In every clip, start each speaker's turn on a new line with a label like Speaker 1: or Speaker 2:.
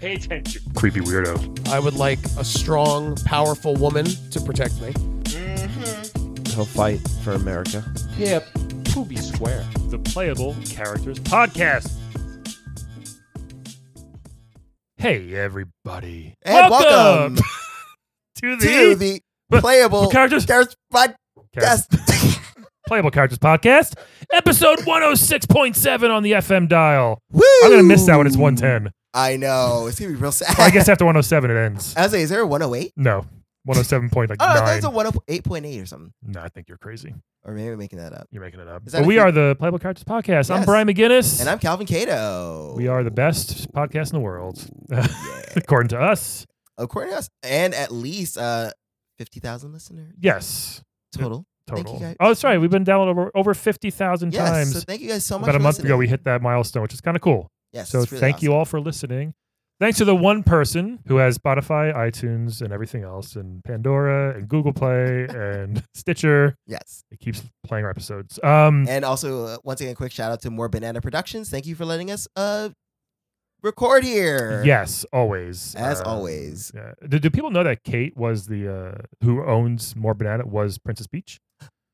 Speaker 1: Pay attention. Creepy weirdo.
Speaker 2: I would like a strong, powerful woman to protect me.
Speaker 3: He'll fight for America.
Speaker 4: Yeah, Poopy Square.
Speaker 1: The Playable Characters Podcast. Hey, everybody.
Speaker 3: And welcome,
Speaker 1: to the,
Speaker 3: to the playable
Speaker 1: Characters-
Speaker 3: Characters
Speaker 1: Char-
Speaker 3: podcast.
Speaker 1: Playable Characters Podcast, episode 106.7 on the FM dial.
Speaker 3: Woo!
Speaker 1: I'm going to miss that when it's 110.
Speaker 3: I know it's gonna be real sad.
Speaker 1: Or I guess after 107 it ends.
Speaker 3: I was like, is there a 108?
Speaker 1: No, 107 point like
Speaker 3: Oh,
Speaker 1: nine.
Speaker 3: no, there's a 108.8 or something.
Speaker 1: no, I think you're crazy.
Speaker 3: Or maybe I'm making that up.
Speaker 1: You're making it up.
Speaker 3: Is that
Speaker 1: But
Speaker 3: a
Speaker 1: we
Speaker 3: thing?
Speaker 1: are the Playable Characters Podcast. I'm
Speaker 3: Yes.
Speaker 1: Brian McGinnis.
Speaker 3: And I'm Calvin Cato.
Speaker 1: we are the best podcast in the world,
Speaker 3: Yeah.
Speaker 1: according to us.
Speaker 3: According to us, and at least uh, 50,000 listeners
Speaker 1: Yes,
Speaker 3: total. Thank you,
Speaker 1: total.
Speaker 3: guys.
Speaker 1: Oh, sorry, we've been downloaded over over fifty thousand
Speaker 3: Yes.
Speaker 1: times.
Speaker 3: So thank you guys so much.
Speaker 1: About a
Speaker 3: for
Speaker 1: month
Speaker 3: listening.
Speaker 1: ago, we hit that milestone, which is kind of cool.
Speaker 3: Yes.
Speaker 1: so
Speaker 3: it's really
Speaker 1: thank you
Speaker 3: awesome.
Speaker 1: all for listening. Thanks to the one person who has Spotify, iTunes, and everything else, and Pandora, and Google Play, and Stitcher.
Speaker 3: Yes.
Speaker 1: It keeps playing our episodes. Um,
Speaker 3: And also, uh, once again, quick shout out to More Banana Productions. Thank you for letting us uh record here.
Speaker 1: Yes, always.
Speaker 3: As
Speaker 1: Uh,
Speaker 3: always.
Speaker 1: Yeah. Do, do people know that Kate was the uh, who owns More Banana was Princess Peach?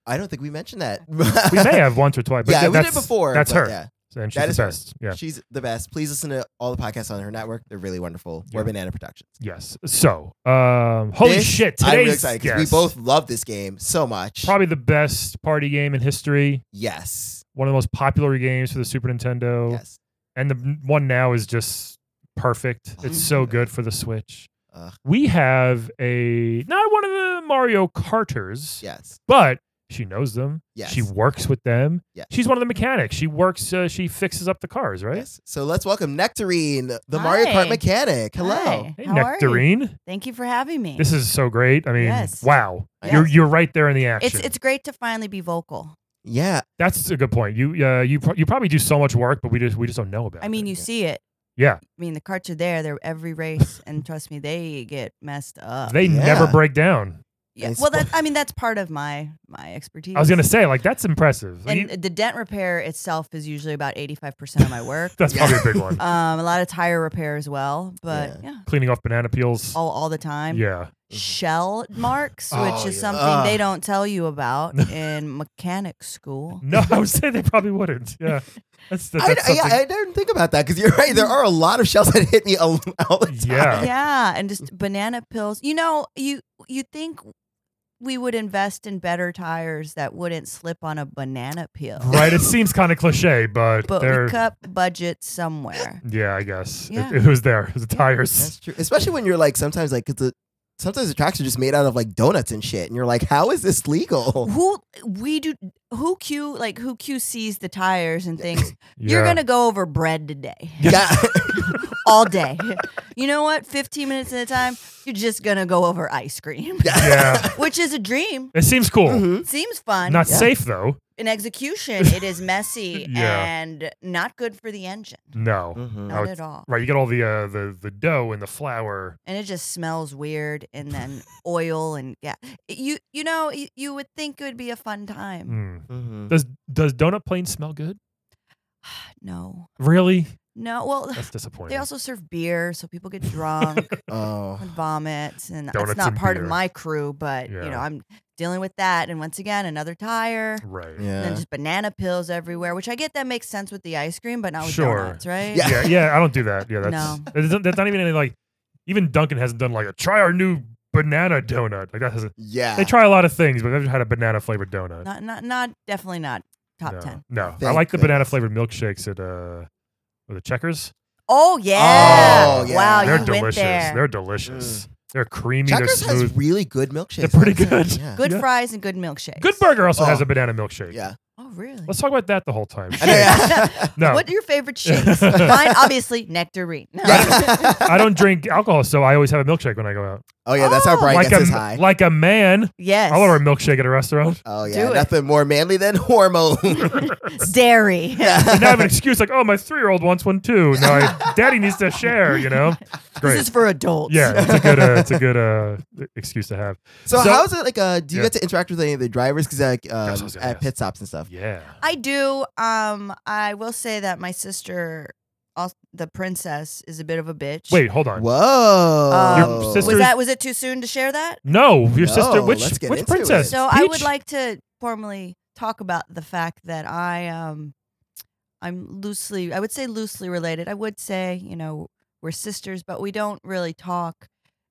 Speaker 3: I don't think we mentioned that.
Speaker 1: We may have once or twice. But
Speaker 3: yeah,
Speaker 1: th-
Speaker 3: we did
Speaker 1: that's-
Speaker 3: it before.
Speaker 1: That's her,
Speaker 3: but Yeah,
Speaker 1: and she's
Speaker 3: That
Speaker 1: the
Speaker 3: is her.
Speaker 1: best. Yeah.
Speaker 3: she's the best. Please listen to all the podcasts on her network. They're really wonderful. More
Speaker 1: Yeah.
Speaker 3: Banana Productions.
Speaker 1: Yes. So, um, holy
Speaker 3: This,
Speaker 1: shit! Today's
Speaker 3: I'm really excited because
Speaker 1: yes,
Speaker 3: we both love this game so much.
Speaker 1: probably the best party game in history.
Speaker 3: Yes.
Speaker 1: One of the most popular games for the Super Nintendo,
Speaker 3: Yes.
Speaker 1: and the m- one now is just perfect. It's so
Speaker 3: Ugh.
Speaker 1: good for the Switch.
Speaker 3: Ugh.
Speaker 1: We have a not one of the Mario Carters,
Speaker 3: Yes.
Speaker 1: but she knows them.
Speaker 3: Yes.
Speaker 1: She works with them.
Speaker 3: Yes.
Speaker 1: She's one of the mechanics. She works. Uh, she fixes up the cars, right?
Speaker 3: Yes. So let's welcome Nectarine, the Mario Kart
Speaker 5: Hi.
Speaker 3: mechanic. Hello.
Speaker 5: Hi.
Speaker 1: Hey,
Speaker 5: How are you?
Speaker 1: Nectarine.
Speaker 5: Thank you for having me.
Speaker 1: This is so great. I mean,
Speaker 5: Yes.
Speaker 1: wow.
Speaker 3: Yes.
Speaker 1: You're you're right there in the action.
Speaker 5: it's it's great to finally be vocal.
Speaker 3: Yeah.
Speaker 1: That's a good point. You uh, you pro- you probably do so much work, but we just we just don't know about.
Speaker 5: I mean,
Speaker 1: it.
Speaker 5: you see it.
Speaker 1: Yeah.
Speaker 5: I mean, the carts are there. They're every race, and trust me, they get messed up.
Speaker 1: they
Speaker 3: Yeah.
Speaker 1: never break down.
Speaker 5: yeah.
Speaker 3: It's-
Speaker 5: Well, that I mean, that's part of my my expertise.
Speaker 1: I was gonna say like that's impressive. You-
Speaker 5: And the dent repair itself is usually about eighty five percent of my work.
Speaker 1: that's
Speaker 3: Yeah.
Speaker 1: probably a big one.
Speaker 5: um, a lot of tire repair as well, but yeah,
Speaker 1: Cleaning off banana peels.
Speaker 5: all all the time.
Speaker 1: yeah,
Speaker 5: Shell marks, which
Speaker 1: Oh,
Speaker 5: is
Speaker 1: yeah.
Speaker 5: something
Speaker 3: Ugh.
Speaker 5: they don't tell you about in mechanic school.
Speaker 1: no, I would say they probably wouldn't. Yeah, that's, that's,
Speaker 3: I,
Speaker 1: that's
Speaker 3: yeah,
Speaker 1: something.
Speaker 3: I didn't think about that because you're right. There are a lot of shells that hit me all, all the time.
Speaker 1: Yeah.
Speaker 5: yeah and just banana pills you know you you think we would invest in better tires that wouldn't slip on a banana peel
Speaker 1: right. It seems kind of cliche, but,
Speaker 5: but
Speaker 1: they're
Speaker 5: we cut budget somewhere
Speaker 1: yeah, I guess
Speaker 5: Yeah.
Speaker 1: It, it was there. It was the
Speaker 3: That's
Speaker 1: tires.
Speaker 3: true. Especially when you're like sometimes like cause the sometimes the tracks are just made out of like donuts and shit, and you're like, how is this legal?
Speaker 5: who we do who q like who qc's the tires and thinks you're
Speaker 1: Yeah.
Speaker 5: gonna go over bread today
Speaker 3: Yeah,
Speaker 5: all day you know what 15 minutes at a time you're just gonna go over ice cream
Speaker 1: Yeah,
Speaker 5: which is a dream
Speaker 1: it seems cool.
Speaker 3: Mhm.
Speaker 5: seems fun
Speaker 1: Not
Speaker 3: Yeah.
Speaker 1: safe though.
Speaker 5: in execution it is messy
Speaker 1: Yeah.
Speaker 5: and not good for the engine
Speaker 1: No.
Speaker 3: Mhm.
Speaker 5: Not
Speaker 1: Oh,
Speaker 5: at all.
Speaker 1: Right, you get all the uh, the the dough and the flour.
Speaker 5: And it just smells weird, and then oil and yeah. You you know you, you would think it would be a fun time.
Speaker 1: Mm.
Speaker 3: Mhm.
Speaker 1: Does does donut plain smell good?
Speaker 5: No,
Speaker 1: Really?
Speaker 5: no. Well,
Speaker 1: That's disappointing.
Speaker 5: they also serve beer, so people get drunk
Speaker 3: Oh,
Speaker 5: and vomit, and
Speaker 1: Donuts
Speaker 5: it's not
Speaker 1: and
Speaker 5: part
Speaker 1: beer.
Speaker 5: of my crew. But you
Speaker 1: Yeah.
Speaker 5: know, I'm dealing with that, and once again, another tire.
Speaker 1: right. Yeah.
Speaker 5: And then
Speaker 3: yeah.
Speaker 5: just banana pills everywhere, which I get that makes sense with the ice cream, but not with
Speaker 1: Sure.
Speaker 5: donuts, right?
Speaker 3: Yeah.
Speaker 1: yeah, I don't do that. Yeah, that's
Speaker 5: No.
Speaker 1: that's, that's not even any like. Even Duncan hasn't done like a try our new banana donut. Like that hasn't.
Speaker 3: Yeah.
Speaker 1: They try a lot of things, but they've never had a banana flavored donut.
Speaker 5: Not not not definitely not top
Speaker 1: no,
Speaker 5: ten.
Speaker 1: No, I
Speaker 3: Thank
Speaker 1: like the
Speaker 3: goodness.
Speaker 1: banana flavored milkshakes at uh, with the Checkers.
Speaker 5: Oh yeah!
Speaker 3: Oh, yeah.
Speaker 5: Wow,
Speaker 1: they're
Speaker 5: you
Speaker 1: delicious.
Speaker 5: went there.
Speaker 1: They're delicious. They're creamy.
Speaker 3: Mm. Checkers
Speaker 1: they're smooth.
Speaker 3: has really good milkshakes.
Speaker 1: They're pretty
Speaker 3: I would say.
Speaker 1: good.
Speaker 3: Yeah.
Speaker 5: Good
Speaker 1: Yeah.
Speaker 5: fries and good milkshakes.
Speaker 1: Good Burger also has
Speaker 3: Oh.
Speaker 1: a banana milkshake.
Speaker 3: Yeah.
Speaker 5: Oh, really?
Speaker 1: Let's talk about that the whole time.
Speaker 3: I know, yeah.
Speaker 1: No,
Speaker 5: What are your favorite shakes? Mine, obviously, nectarine.
Speaker 1: I don't drink alcohol, so I always have a milkshake when I go out.
Speaker 3: Oh yeah, that's how
Speaker 5: Oh.
Speaker 3: Brian
Speaker 1: like
Speaker 3: gets his
Speaker 1: a
Speaker 3: high.
Speaker 1: like a man,
Speaker 5: yes.
Speaker 1: I'll order a milkshake at a restaurant.
Speaker 3: oh yeah,
Speaker 5: Do it.
Speaker 3: nothing more manly than hormone.
Speaker 5: Dairy.
Speaker 1: And now I have an excuse like, oh, my three year old wants one too. Now I, daddy needs to share, you know? It's great.
Speaker 5: This is for adults.
Speaker 1: yeah, it's a good, uh, it's a good uh, excuse to have.
Speaker 3: So,
Speaker 1: So-
Speaker 3: how's it like? Uh, do you
Speaker 1: Yeah.
Speaker 3: get to interact with any of the drivers? Because like
Speaker 1: what I
Speaker 3: um,
Speaker 1: was gonna
Speaker 3: at
Speaker 1: ask.
Speaker 3: pit stops and stuff.
Speaker 1: Yeah.
Speaker 5: I do. Um, I will say that my sister also, the princess is a bit of a bitch.
Speaker 1: Wait, hold on.
Speaker 3: Whoa. Oh.
Speaker 1: Your
Speaker 5: was
Speaker 1: sister-
Speaker 5: that was it too soon to share that?
Speaker 1: No, your
Speaker 3: No,
Speaker 1: sister. Which
Speaker 3: let's get
Speaker 1: which
Speaker 3: into it.
Speaker 1: princess?
Speaker 5: So I would
Speaker 1: Peach?
Speaker 5: like to formally talk about the fact that I um I'm loosely I would say loosely related. I would say, you know, we're sisters, but we don't really talk.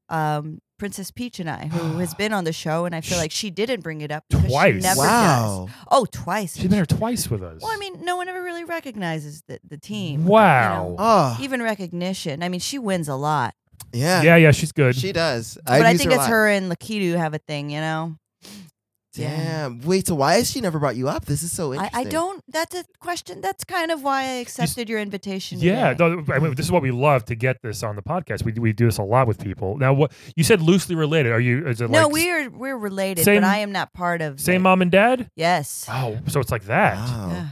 Speaker 5: Um Princess Peach and I, who has been on the show, and I feel like she didn't bring it up because She
Speaker 1: Twice.
Speaker 5: never
Speaker 3: wow.
Speaker 5: does. Oh, twice.
Speaker 1: She's been here twice with us.
Speaker 5: well, I mean, no one ever really recognizes the, the team.
Speaker 1: Wow.
Speaker 3: Oh,
Speaker 5: Even recognition. I mean, she wins a lot.
Speaker 3: yeah.
Speaker 1: yeah, yeah, she's good.
Speaker 3: She does.
Speaker 5: but I
Speaker 3: use
Speaker 5: think
Speaker 3: a
Speaker 5: it's
Speaker 3: lot.
Speaker 5: her and Lakitu have a thing, you know?
Speaker 3: Damn. Wait, so why has she never brought you up? This is so
Speaker 5: I,
Speaker 3: interesting.
Speaker 5: I don't. That's a question. That's kind of why I accepted your invitation.
Speaker 1: yeah,
Speaker 5: today.
Speaker 1: no, I mean, this is what we love to get this on the podcast. We, we do this a lot with people. Now, what you said loosely related? Are you? Is it
Speaker 5: no,
Speaker 1: like
Speaker 5: we are we're related,
Speaker 1: Same-
Speaker 5: but I am not part of
Speaker 1: same
Speaker 5: the-
Speaker 1: mom and dad?
Speaker 5: Yes,
Speaker 1: Oh, so it's like that.
Speaker 3: Wow.
Speaker 5: Yeah.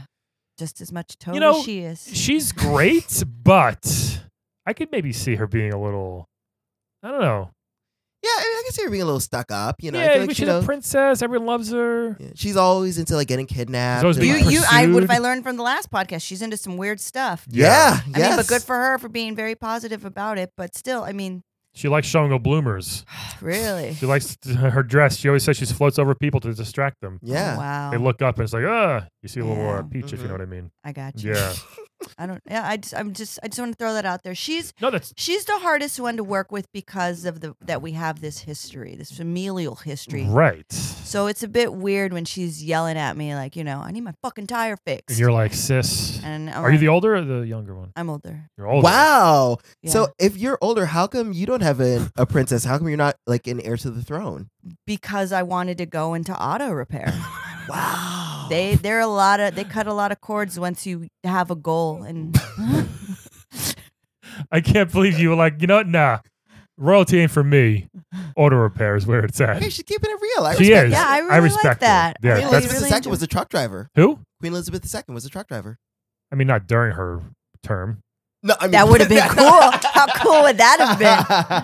Speaker 5: just as much Toby
Speaker 1: know,
Speaker 5: as she is.
Speaker 1: She's great, but I could maybe see her being a little. I don't know.
Speaker 3: Yeah, I, mean, I can see her being a little stuck up. You know, I
Speaker 1: yeah,
Speaker 3: feel
Speaker 1: but
Speaker 3: like,
Speaker 1: she's
Speaker 3: you know,
Speaker 1: a princess. Everyone loves her.
Speaker 3: yeah, she's always into like getting kidnapped.
Speaker 1: always
Speaker 3: and,
Speaker 1: being
Speaker 5: You,
Speaker 3: like-
Speaker 5: you, I would if I
Speaker 1: pursued.
Speaker 5: learned from the last podcast. She's into some weird stuff.
Speaker 3: yeah,
Speaker 5: I mean, but good for her for being very positive about it. But still, I mean,
Speaker 1: She likes showing her bloomers.
Speaker 5: really,
Speaker 1: She likes her dress. She always says she floats over people to distract them.
Speaker 3: yeah.
Speaker 5: Oh, wow.
Speaker 1: They look up and it's like, ah, you see a little more
Speaker 5: Yeah.
Speaker 1: peach, if you
Speaker 3: Mhm.
Speaker 1: know what I mean.
Speaker 5: I got you.
Speaker 1: Yeah.
Speaker 5: I don't. Yeah, I just, I'm just, I just want to throw that out there. She's
Speaker 1: No, that's
Speaker 5: She's the hardest one to work with because of the that we have this history, this familial history.
Speaker 1: right.
Speaker 5: So it's a bit weird when she's yelling at me like, you know, I need my fucking tire
Speaker 1: And
Speaker 5: fixed.
Speaker 1: you're like, sis,
Speaker 5: and I'm
Speaker 1: are you
Speaker 5: like,
Speaker 1: the older or the younger one?
Speaker 5: I'm older.
Speaker 1: You're older.
Speaker 3: Wow.
Speaker 5: Yeah.
Speaker 3: So if you're older, how come you don't have a, a princess? How come you're not like an heir to the throne?
Speaker 5: because I wanted to go into auto repair.
Speaker 3: Wow.
Speaker 5: they they're a lot of they cut a lot of cords once you have a goal and
Speaker 1: I can't believe you were like, you know what? Nah, royalty ain't for me. Auto repair is where it's at.
Speaker 3: Okay, she's keeping it real. I
Speaker 1: She
Speaker 3: respect
Speaker 1: is.
Speaker 5: Yeah, I really
Speaker 1: respect
Speaker 5: like
Speaker 1: her.
Speaker 5: that.
Speaker 1: Yeah,
Speaker 3: Queen
Speaker 5: I really,
Speaker 1: that's-
Speaker 3: Elizabeth
Speaker 5: really
Speaker 3: II
Speaker 5: enjoy-
Speaker 3: was a truck driver.
Speaker 1: Who?
Speaker 3: Queen Elizabeth II was a truck driver.
Speaker 1: I mean, not during her term.
Speaker 3: No, I mean,
Speaker 5: That would have been cool. How cool would that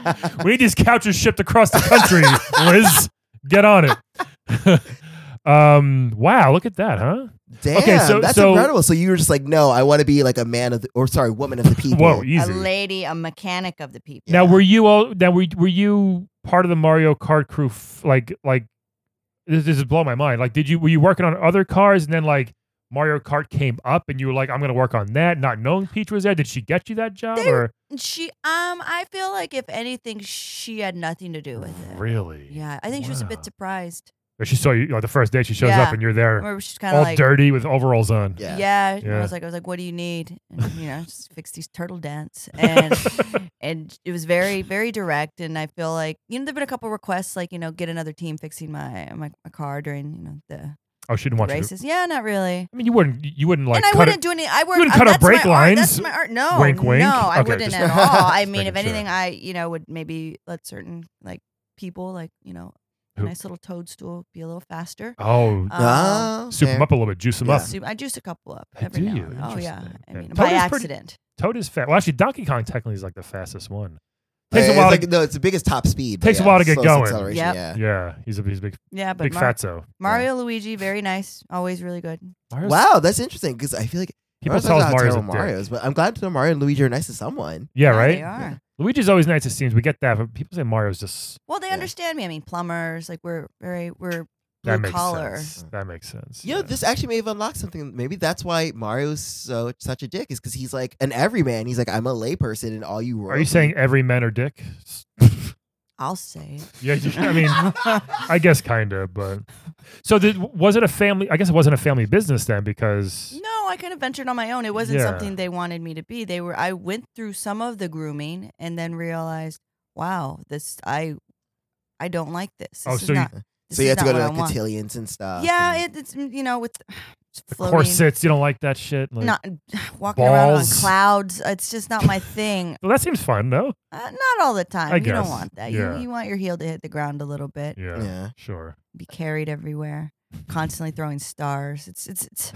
Speaker 5: have been?
Speaker 3: been?
Speaker 1: We need these couches shipped across the country, Liz. Get on it. um. Wow. Look at that, huh?
Speaker 3: Damn,
Speaker 1: Okay, so-
Speaker 3: that's
Speaker 1: so-
Speaker 3: incredible. So you were just like, no, I want to be like a man of, the, or sorry, woman of the people.
Speaker 1: Whoa.
Speaker 5: A
Speaker 1: Easy.
Speaker 5: lady, a mechanic of the people.
Speaker 1: Now, were you all? Now, were were you part of the Mario Kart crew? F- like, like this, this is blowing my mind. Like, did you were you working on other cars, and then like Mario Kart came up, and you were like, "I'm gonna work on that," not knowing Peach was there. Did she get you that job,
Speaker 5: They-
Speaker 1: or
Speaker 5: She um I feel like if anything she had nothing to do with it.
Speaker 1: really?
Speaker 5: Yeah, I think she was a
Speaker 1: Wow.
Speaker 5: bit surprised.
Speaker 1: Or She saw you like, the first day. She shows
Speaker 5: Yeah.
Speaker 1: up, and you're there,
Speaker 5: Remember she's kind
Speaker 1: all
Speaker 5: of like
Speaker 1: dirty with overalls on.
Speaker 3: Yeah.
Speaker 5: Yeah. and
Speaker 1: Yeah.
Speaker 5: I was like I was like what do you need? And you know, just fix these turtle dents and and it was very very direct and I feel like you know there've been a couple requests like you know get another team fixing my my, my car during you know the,
Speaker 1: Oh, she didn't
Speaker 5: the
Speaker 1: want you. To,
Speaker 5: races. Yeah, not really.
Speaker 1: I mean, you wouldn't. You wouldn't like
Speaker 5: and I
Speaker 1: cut
Speaker 5: wouldn't
Speaker 1: it.
Speaker 5: do any. I work.
Speaker 1: wouldn't
Speaker 5: I-
Speaker 1: cut out
Speaker 5: that's my
Speaker 1: brake
Speaker 5: art,
Speaker 1: lines?
Speaker 5: that's my art. No,
Speaker 1: Wink, wink.
Speaker 5: No, I
Speaker 1: Okay,
Speaker 5: wouldn't
Speaker 1: just-
Speaker 5: at all. I
Speaker 1: just
Speaker 5: mean, if
Speaker 1: making sure.
Speaker 5: anything, I you know would maybe let certain like people like you know a
Speaker 1: Who?
Speaker 5: nice little toadstool be a little faster.
Speaker 1: Oh,
Speaker 5: Um,
Speaker 3: Ah,
Speaker 1: soup them
Speaker 3: fair.
Speaker 1: up a little bit, juice them
Speaker 3: Yeah.
Speaker 1: up.
Speaker 5: So I juice a couple up
Speaker 1: Uh,
Speaker 5: every
Speaker 1: do
Speaker 5: now
Speaker 1: you?
Speaker 5: and then. Oh yeah.
Speaker 1: Interesting.
Speaker 5: I
Speaker 1: Yeah.
Speaker 5: mean,
Speaker 1: Toad
Speaker 5: by
Speaker 1: is pretty-
Speaker 5: accident.
Speaker 1: Toad is fast. Well, actually, Donkey Kong technically is like the fastest one.
Speaker 3: Yeah,
Speaker 1: Takes a
Speaker 3: it's
Speaker 1: while.
Speaker 3: like-
Speaker 1: to,
Speaker 3: no, it's the biggest top speed. but
Speaker 1: Takes a
Speaker 3: yeah,
Speaker 1: while to get
Speaker 3: slowest
Speaker 1: going.
Speaker 3: acceleration,
Speaker 5: Yep.
Speaker 3: Yeah.
Speaker 1: yeah, he's a he's a big
Speaker 5: Yeah, but
Speaker 1: big
Speaker 5: Mar-
Speaker 1: fatso.
Speaker 5: Mario Luigi, very nice, always really good.
Speaker 1: Mario's,
Speaker 3: Wow, that's interesting because I feel like
Speaker 1: People
Speaker 3: Mario's
Speaker 1: tell us
Speaker 3: not how
Speaker 1: Mario's a
Speaker 3: terrible Mario
Speaker 1: dick.
Speaker 3: is, but I'm glad to know Mario and Luigi are nice to someone.
Speaker 1: Yeah,
Speaker 5: Yeah,
Speaker 1: right.
Speaker 5: They are.
Speaker 1: Luigi's always nice. It seems we get that, but people say Mario's just
Speaker 5: Well, they
Speaker 3: Yeah.
Speaker 5: understand me. I mean, plumbers, like we're very we're
Speaker 1: that
Speaker 5: blue
Speaker 1: makes
Speaker 5: collar.
Speaker 1: sense. That makes sense.
Speaker 3: You know, this actually may have unlocked something. Maybe that's why Mario's so such a dick is because he's like an everyman. He's like, I'm a layperson, and all you
Speaker 1: are you saying every man or dick?
Speaker 5: I'll say it.
Speaker 1: yeah, you- I mean, I guess kind of, but so did, was it a family? I guess it wasn't a family business then because
Speaker 5: No, I kind of ventured on my own. It wasn't
Speaker 1: Yeah.
Speaker 5: something they wanted me to be. They were. I went through some of the grooming and then realized, wow, this I, I don't like this. this
Speaker 1: Oh,
Speaker 5: is
Speaker 1: so you-
Speaker 5: not, this
Speaker 3: So you
Speaker 5: is
Speaker 3: have to go
Speaker 5: not
Speaker 3: to
Speaker 5: what I
Speaker 3: like
Speaker 5: want.
Speaker 3: cotillions and stuff.
Speaker 5: Yeah,
Speaker 3: and-
Speaker 5: it, it's you know with it's
Speaker 1: the
Speaker 5: floating,
Speaker 1: corsets. You don't like that shit. Like,
Speaker 5: not walking around on
Speaker 1: balls.
Speaker 5: clouds. It's just not my thing.
Speaker 1: well, that seems fun, no?
Speaker 5: Uh, not all the time.
Speaker 1: I
Speaker 5: you
Speaker 1: guess.
Speaker 5: don't want that.
Speaker 1: Yeah.
Speaker 5: You you want your heel to hit the ground a little bit.
Speaker 1: Yeah,
Speaker 3: yeah.
Speaker 1: sure.
Speaker 5: Be carried everywhere. Constantly throwing stars. It's it's it's.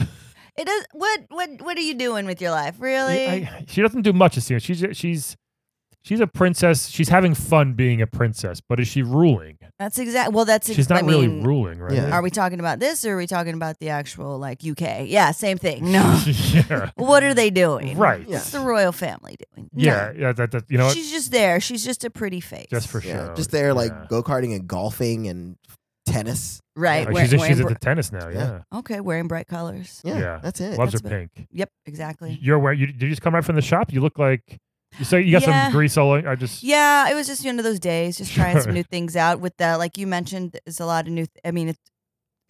Speaker 5: It is what what what are you doing with your life? Really?
Speaker 1: Yeah, I- she doesn't do much. It seems she's she's She's a princess. She's having fun being a princess, but is she ruling?
Speaker 5: That's exact. Well, that's ex-
Speaker 1: She's
Speaker 5: I
Speaker 1: not really
Speaker 5: mean,
Speaker 1: ruling, right?
Speaker 3: Yeah.
Speaker 5: Are we talking about this or are we talking about the actual like UK? Yeah, same thing. No.
Speaker 1: yeah.
Speaker 5: what are they doing?
Speaker 1: Right.
Speaker 3: Yeah.
Speaker 5: What's the royal family doing? No.
Speaker 1: Yeah. Yeah. That, that, you know what?
Speaker 5: She's just there. She's just a pretty face.
Speaker 1: Just for
Speaker 3: Yeah,
Speaker 1: sure.
Speaker 3: just there like
Speaker 1: Yeah.
Speaker 3: go karting and golfing and tennis.
Speaker 5: Right.
Speaker 1: Oh,
Speaker 5: wearing-
Speaker 1: she's,
Speaker 5: wearing
Speaker 1: she's at
Speaker 5: bri-
Speaker 1: the tennis now. Yeah.
Speaker 3: Yeah.
Speaker 5: okay, wearing bright colors.
Speaker 3: Yeah,
Speaker 1: Yeah.
Speaker 3: that's it.
Speaker 1: Loves her
Speaker 5: That's about-
Speaker 1: pink.
Speaker 5: Yep, exactly.
Speaker 1: You're wearing. You, did you just come right from the shop? You look like. You say you got
Speaker 5: Yeah.
Speaker 1: some grease all. over- I just.
Speaker 5: Yeah, it was just you know those days, just trying
Speaker 1: Sure.
Speaker 5: some new things out with the like you mentioned. There's a lot of new. Th- I mean, it's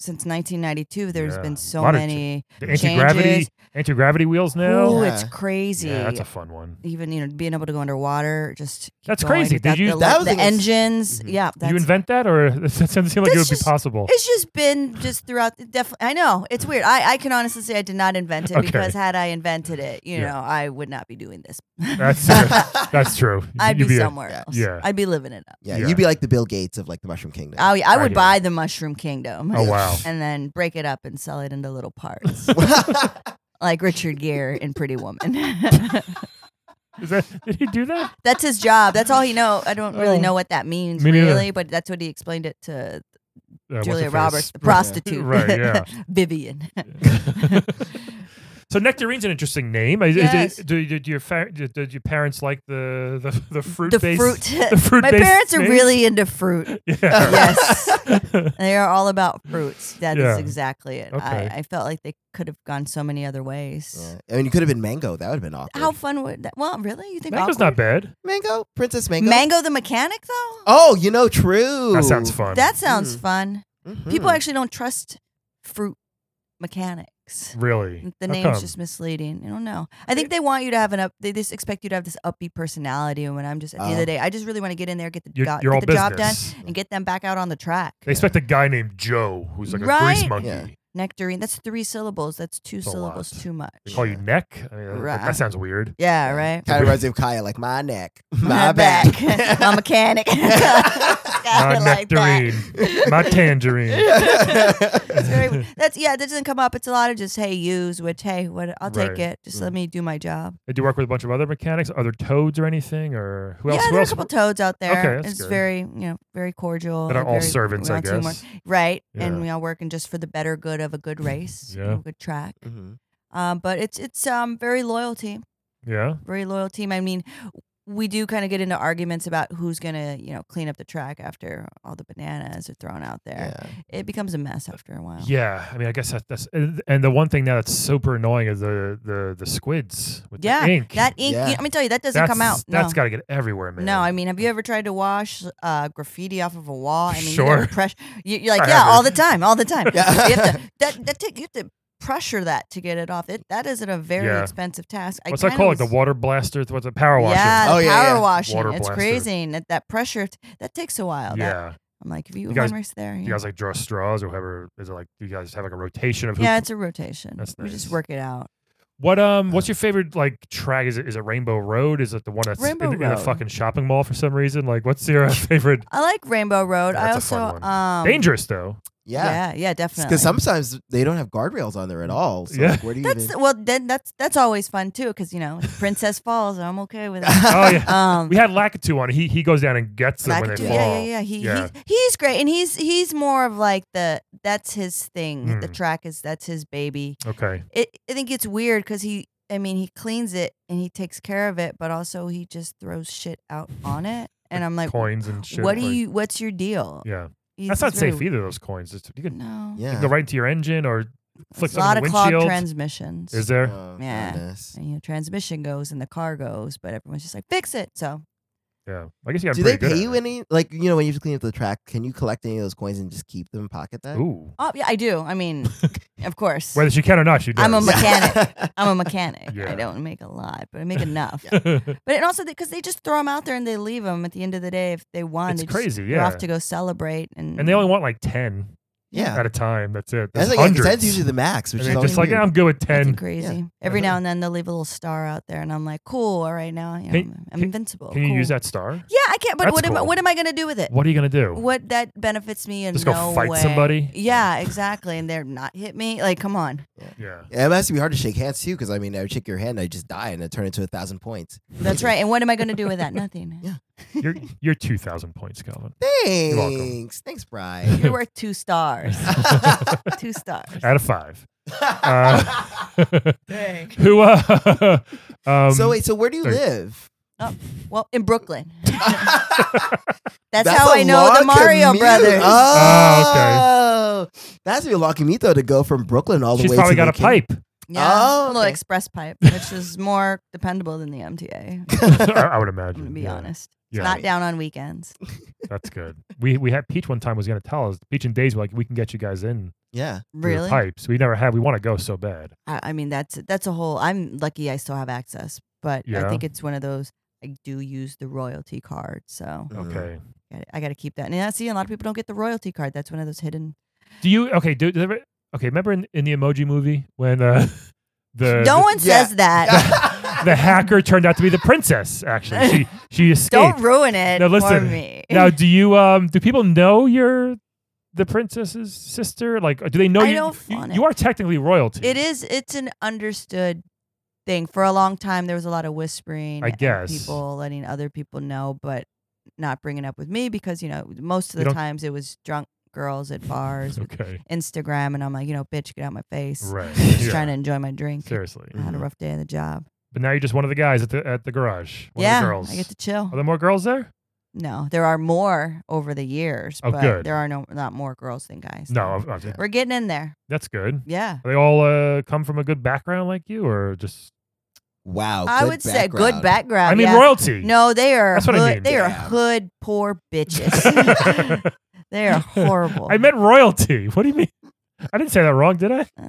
Speaker 5: since 1992, There's
Speaker 1: Yeah,
Speaker 5: been so
Speaker 1: lot of
Speaker 5: many.
Speaker 1: The anti gravity.
Speaker 5: Changes.
Speaker 1: Anti gravity wheels now.
Speaker 5: Ooh,
Speaker 3: Yeah.
Speaker 5: it's crazy.
Speaker 1: Yeah, that's a fun one.
Speaker 5: Even you know being able to go underwater, just keep
Speaker 1: That's
Speaker 5: going
Speaker 1: crazy. Did
Speaker 5: without
Speaker 1: you- Mm-hmm.
Speaker 5: the,
Speaker 3: That was
Speaker 5: the
Speaker 3: the-
Speaker 5: engines?
Speaker 3: Mhm.
Speaker 5: Yeah,
Speaker 1: you
Speaker 5: that's
Speaker 1: invent that, or that doesn't seem like it
Speaker 5: That's
Speaker 1: would be
Speaker 5: just-
Speaker 1: possible?
Speaker 5: It's just been just throughout. The def- I know it's weird. I, I can honestly say I did not invent it
Speaker 1: Okay.
Speaker 5: because had I invented it, you
Speaker 1: Yeah.
Speaker 5: know, I would not be doing this.
Speaker 1: That's true. That's true.
Speaker 5: I'd be,
Speaker 1: You'd a-
Speaker 5: somewhere
Speaker 3: yeah.
Speaker 5: else.
Speaker 1: Yeah.
Speaker 5: I'd be living it up.
Speaker 3: yeah,
Speaker 1: Yeah.
Speaker 3: you'd be like the Bill Gates of like the Mushroom Kingdom.
Speaker 5: I, I would
Speaker 1: Right.
Speaker 5: buy the Mushroom Kingdom
Speaker 1: oh wow.
Speaker 5: and then break it up and sell it into little parts, like Richard Gere in Pretty Woman.
Speaker 1: Is that, did he do that? Uh,
Speaker 5: that's his job. That's all he know. I don't really
Speaker 1: Oh.
Speaker 5: know what that means
Speaker 1: Me neither.
Speaker 5: really, but that's what he explained it to
Speaker 1: Uh, what's
Speaker 5: Julia
Speaker 1: her face?
Speaker 5: Roberts, the prostitute,
Speaker 1: Right, yeah.
Speaker 5: Vivian.
Speaker 1: so nectarine's an interesting name. Is,
Speaker 5: Yes.
Speaker 1: is it, do, did your fa- did, did your parents like the the, the fruit
Speaker 5: the
Speaker 1: based
Speaker 5: fruit. Oh,
Speaker 1: the fruit
Speaker 5: My
Speaker 1: based
Speaker 5: parents are
Speaker 1: names?
Speaker 5: really into fruit.
Speaker 1: yeah.
Speaker 5: yes. They are all about fruits. That is
Speaker 1: Yeah.
Speaker 5: exactly it.
Speaker 1: Okay.
Speaker 5: I, I felt like they could have gone so many other ways.
Speaker 3: Yeah. I mean, you could have been Mango. That would have been awkward.
Speaker 5: How fun would that? Well, really, you think
Speaker 1: Oh, Mango's
Speaker 5: awkward?
Speaker 1: not bad.
Speaker 3: Mango, Princess Mango.
Speaker 5: Mango? the mechanic though.
Speaker 3: oh, you know, true.
Speaker 1: That sounds fun.
Speaker 5: that
Speaker 1: mm.
Speaker 5: sounds fun.
Speaker 3: Mhm.
Speaker 5: People
Speaker 1: Hmm.
Speaker 5: actually don't trust fruit mechanics.
Speaker 1: really.
Speaker 5: The
Speaker 1: How
Speaker 5: name's
Speaker 1: come?
Speaker 5: just misleading. I don't know. I think they want you to have an up. They just expect you to have this upbeat personality. And when I'm just at the end of the
Speaker 3: Oh.
Speaker 5: day, I just really want to get in there, get the,
Speaker 1: Uh-huh. you're,
Speaker 5: go-
Speaker 1: you're
Speaker 5: get
Speaker 1: all
Speaker 5: the
Speaker 1: business.
Speaker 5: job done, and get them back out on the track.
Speaker 1: They expect a guy named Joe who's like a grease
Speaker 5: Right?
Speaker 1: monkey.
Speaker 3: Yeah.
Speaker 5: Nectarine. That's three syllables. That's two
Speaker 1: It's a
Speaker 5: syllables
Speaker 1: lot.
Speaker 5: too much.
Speaker 1: They call you Neck. I mean, that-
Speaker 5: Right.
Speaker 1: That sounds weird.
Speaker 5: Yeah, right.
Speaker 3: Kind of reminds me of Kaya, like my neck, my, back. Mm-hmm.
Speaker 5: my mechanic.
Speaker 1: My
Speaker 5: My
Speaker 1: nectarine. My tangerine.
Speaker 5: That's, very, that's yeah. That doesn't come up. It's a lot of just hey yous, which hey, what I'll take
Speaker 1: Right. Mm.
Speaker 5: it. Just let me do my job.
Speaker 1: Did you work with a bunch of other mechanics, other toads or anything, or who else?
Speaker 5: yeah,
Speaker 1: who
Speaker 5: there are a
Speaker 1: else
Speaker 5: couple toads out there.
Speaker 1: Okay, that's
Speaker 5: it's
Speaker 1: good.
Speaker 5: very you know very cordial.
Speaker 1: that are
Speaker 5: and
Speaker 1: all
Speaker 5: very-
Speaker 1: servants,
Speaker 5: we
Speaker 1: I
Speaker 5: all teamwork.
Speaker 1: guess.
Speaker 5: Right,
Speaker 1: Yeah. Mm,
Speaker 5: and we all working just for the better good of a good race, you
Speaker 1: Yeah.
Speaker 5: know, good track.
Speaker 3: Mhm.
Speaker 5: Um, but it's it's um very loyal team.
Speaker 1: Yeah.
Speaker 5: very loyal team. I mean, we do kind of get into arguments about who's gonna, you know, clean up the track after all the bananas are thrown out there.
Speaker 3: Yeah.
Speaker 5: It becomes a mess after a while.
Speaker 1: Yeah, I mean, I guess that, that's and and the one thing now that's super annoying is the the the squids with
Speaker 5: Yeah,
Speaker 1: the ink.
Speaker 5: That ink,
Speaker 3: Yeah.
Speaker 5: you- let me tell you, that doesn't come out. No.
Speaker 1: That's got to get everywhere, man.
Speaker 5: no, I mean, have you ever tried to wash uh, graffiti off of a wall? I mean, you
Speaker 1: Sure.
Speaker 5: gotta press, you, you're
Speaker 1: I
Speaker 5: like, yeah,
Speaker 1: have
Speaker 5: all the
Speaker 1: it.
Speaker 5: time, all the time.
Speaker 3: Yeah.
Speaker 5: you have to that, that take, you have to pressure that to get it off. It, that isn't a very
Speaker 1: Yeah.
Speaker 5: expensive task. I
Speaker 1: what's that
Speaker 5: kinda
Speaker 1: called? Like the
Speaker 5: was-
Speaker 1: water blaster? What's a power washer?
Speaker 5: Yeah,
Speaker 3: Oh,
Speaker 5: the
Speaker 3: yeah,
Speaker 5: power
Speaker 3: yeah.
Speaker 5: washing.
Speaker 1: Water
Speaker 5: it's
Speaker 1: blaster.
Speaker 5: crazy. And that, that pressure that takes a while. That-
Speaker 1: yeah.
Speaker 5: I'm like, if you,
Speaker 1: You guys-
Speaker 5: one race there,
Speaker 1: You
Speaker 5: yeah.
Speaker 1: guys like draw straws or whoever is it like? Do you guys have like a rotation of who?
Speaker 5: yeah, it's a rotation.
Speaker 1: That's
Speaker 5: We just
Speaker 1: nice.
Speaker 5: work it out.
Speaker 1: What um? What's your favorite like track? Is it is it Rainbow Road? Is it the one that's in-
Speaker 5: Rainbow
Speaker 1: in, a
Speaker 5: Road.
Speaker 1: fucking shopping mall for some reason? Like, what's your favorite?
Speaker 5: I like Rainbow Road. I
Speaker 1: That's a
Speaker 5: also
Speaker 1: fun one.
Speaker 5: um
Speaker 1: Dangerous though.
Speaker 3: Yeah.
Speaker 5: Yeah, yeah, definitely.
Speaker 3: Because sometimes they don't have guardrails on there at all. So
Speaker 1: Yeah.
Speaker 3: like, where do you
Speaker 5: that's
Speaker 3: even?
Speaker 5: well, then that's that's always fun too, because you know Princess Falls. I'm okay with that.
Speaker 1: Oh yeah.
Speaker 5: Um,
Speaker 1: we had Lakitu on. He he goes down and gets them when they
Speaker 5: Lakitu,
Speaker 1: fall.
Speaker 5: yeah, yeah, yeah. He,
Speaker 1: Yeah.
Speaker 5: He, he's great, and he's he's more of like the that's his thing. The
Speaker 1: Mm.
Speaker 5: track is that's his baby.
Speaker 1: Okay.
Speaker 5: It, I think it's weird because he, I mean, he cleans it and he takes care of it, but also he just throws shit out on it, and I'm like,
Speaker 1: coins and shit.
Speaker 5: what do
Speaker 1: like-
Speaker 5: you? What's your deal?
Speaker 1: Yeah.
Speaker 5: He's-
Speaker 1: That's not
Speaker 5: it's very
Speaker 1: safe either. Those coins. It's- you could
Speaker 5: No.
Speaker 1: You
Speaker 3: Yeah.
Speaker 1: can go right into your engine or flick
Speaker 5: There's a
Speaker 1: something
Speaker 5: lot
Speaker 1: in
Speaker 5: of
Speaker 1: the
Speaker 5: clogged
Speaker 1: windshield.
Speaker 5: transmissions.
Speaker 1: Is there?
Speaker 3: Oh,
Speaker 5: Yeah.
Speaker 3: goodness.
Speaker 5: and, you know, transmission goes and the car goes, but everyone's just like, fix it. So
Speaker 1: yeah. I guess you got
Speaker 3: Do they pay you any? Like, you know, when you clean up the track, can you collect any of those coins and just keep them and pocket that?
Speaker 1: Ooh.
Speaker 5: oh yeah, I do. I mean, of course.
Speaker 1: Whether she can or not, she does.
Speaker 5: I'm a mechanic. I'm a mechanic.
Speaker 1: Yeah.
Speaker 5: I don't make a lot, but I make enough.
Speaker 1: mechanic.
Speaker 5: But and also because they just throw them out there and they leave them at the end of the day if they won.
Speaker 1: it's
Speaker 5: they just-
Speaker 1: crazy.
Speaker 5: They're
Speaker 1: Yeah.
Speaker 5: off to go celebrate and
Speaker 1: And they only want like 10.
Speaker 3: Yeah.
Speaker 1: at a time. That's it.
Speaker 3: That's
Speaker 1: That's,
Speaker 3: like
Speaker 1: hundreds.
Speaker 3: ten's usually the max,
Speaker 1: and
Speaker 3: which is
Speaker 1: they're
Speaker 3: always
Speaker 1: just like,
Speaker 3: weird.
Speaker 1: "Yeah, I'm good with
Speaker 5: Nothing
Speaker 1: ten.
Speaker 5: crazy. Every
Speaker 3: Yeah.
Speaker 5: now and then they'll leave a little star out there, and I'm like, cool. All right, now you know,
Speaker 1: Can-
Speaker 5: I'm- I'm
Speaker 1: can-
Speaker 5: invincible.
Speaker 1: Can you
Speaker 5: cool.
Speaker 1: use that star?
Speaker 5: Yeah, I can't. But
Speaker 1: That's
Speaker 5: what am I,
Speaker 1: cool.
Speaker 5: what am I going to do with it?
Speaker 1: What are you gonna do?
Speaker 5: What that benefits me in
Speaker 1: Just go
Speaker 5: no
Speaker 1: fight
Speaker 5: way.
Speaker 1: somebody?
Speaker 5: Yeah, exactly. And they're not hit me. Like, come on.
Speaker 1: Yeah.
Speaker 3: Yeah, it must be hard to shake hands too, because I mean, I would shake your hand, I just die, and I turn into a thousand points.
Speaker 5: That's right. And what am I going to do with that? Nothing.
Speaker 3: Yeah.
Speaker 1: You're you're two thousand points, Calvin. welcome.
Speaker 3: Thanks, thanks, Brian.
Speaker 5: You're worth two stars. two stars.
Speaker 1: Out of five. Uh, Who? Uh, um,
Speaker 3: so wait, so where do you
Speaker 1: sorry.
Speaker 3: live?
Speaker 5: Well, in Brooklyn.
Speaker 3: That's,
Speaker 5: That's, how
Speaker 3: I
Speaker 5: I know the Mario Brothers.
Speaker 3: Oh, okay. That's a long commute though to go from Brooklyn all the
Speaker 1: she's
Speaker 3: way.
Speaker 1: probably
Speaker 3: to
Speaker 1: got a
Speaker 3: the Cape.
Speaker 1: pipe.
Speaker 5: Yeah,
Speaker 3: Oh,
Speaker 5: a little
Speaker 3: okay.
Speaker 5: express pipe, which is more dependable than the MTA.
Speaker 1: I would
Speaker 5: I'm
Speaker 1: imagine.
Speaker 5: gonna be
Speaker 1: yeah.
Speaker 5: honest. It's
Speaker 1: Yeah,
Speaker 5: not down on weekends.
Speaker 1: that's good. We we had Peach one time was gonna tell us. Peach and Days were like, we can get you guys in
Speaker 3: Yeah.
Speaker 1: through
Speaker 5: Really?
Speaker 1: the pipes. We never had. We want to go so bad.
Speaker 5: I, I mean, that's that's a whole. I'm lucky I still have access, but
Speaker 1: Yeah.
Speaker 5: I think it's one of those. I do use the royalty card, so
Speaker 3: Uh-huh.
Speaker 1: Okay.
Speaker 5: I- I got to keep that. And I see a lot of people don't get the royalty card. That's one of those hidden.
Speaker 1: Do you? Okay. Do, do they ever, okay. Remember in, in the Emoji movie when uh, the
Speaker 5: no one
Speaker 3: yeah.
Speaker 5: says that.
Speaker 3: Mm.
Speaker 1: the hacker turned out to be the princess. Actually, she she escaped.
Speaker 5: don't ruin it
Speaker 1: Now,
Speaker 5: for
Speaker 1: listen.
Speaker 5: me.
Speaker 1: now, do you um do people know you're the princess's sister? Like, do they know
Speaker 5: I
Speaker 1: you?
Speaker 5: don't
Speaker 1: you-
Speaker 5: want
Speaker 1: you,
Speaker 5: it.
Speaker 1: are technically royalty.
Speaker 5: It is. It's an understood thing. For a long time, there was a lot of whispering.
Speaker 1: I
Speaker 5: and
Speaker 1: guess.
Speaker 5: people letting other people know, but not bringing up with me because you know most
Speaker 1: You
Speaker 5: of the
Speaker 1: don't-
Speaker 5: times it was drunk girls at bars, with
Speaker 1: Okay.
Speaker 5: Instagram, and I'm like, you know, bitch, get out my face.
Speaker 1: Right.
Speaker 5: Just
Speaker 1: Yeah. Mm-hmm.
Speaker 5: trying to enjoy my drink.
Speaker 1: Seriously.
Speaker 5: I had a rough day in the job.
Speaker 1: But now you're just one of the guys at the at the garage. One
Speaker 5: yeah,
Speaker 1: of the girls. Oh.
Speaker 5: I get to chill.
Speaker 1: Are there more girls there?
Speaker 5: No, there are more over the years,
Speaker 1: Oh,
Speaker 5: but
Speaker 1: good.
Speaker 5: there are no not more girls than guys.
Speaker 1: No, okay.
Speaker 5: we're getting in there.
Speaker 1: that's good.
Speaker 5: Yeah,
Speaker 1: They all uh, come from a good background like you, or just
Speaker 3: Wow.
Speaker 5: I
Speaker 3: Oh, good
Speaker 5: would say good
Speaker 3: background.
Speaker 5: background.
Speaker 1: I mean
Speaker 5: Uh, yeah.
Speaker 1: royalty.
Speaker 5: No, they are
Speaker 1: That's
Speaker 5: hood,
Speaker 1: what I mean.
Speaker 5: they are
Speaker 3: Yeah.
Speaker 5: hood poor bitches. they are horrible.
Speaker 1: I meant royalty. What do you mean? I didn't say that wrong, did I?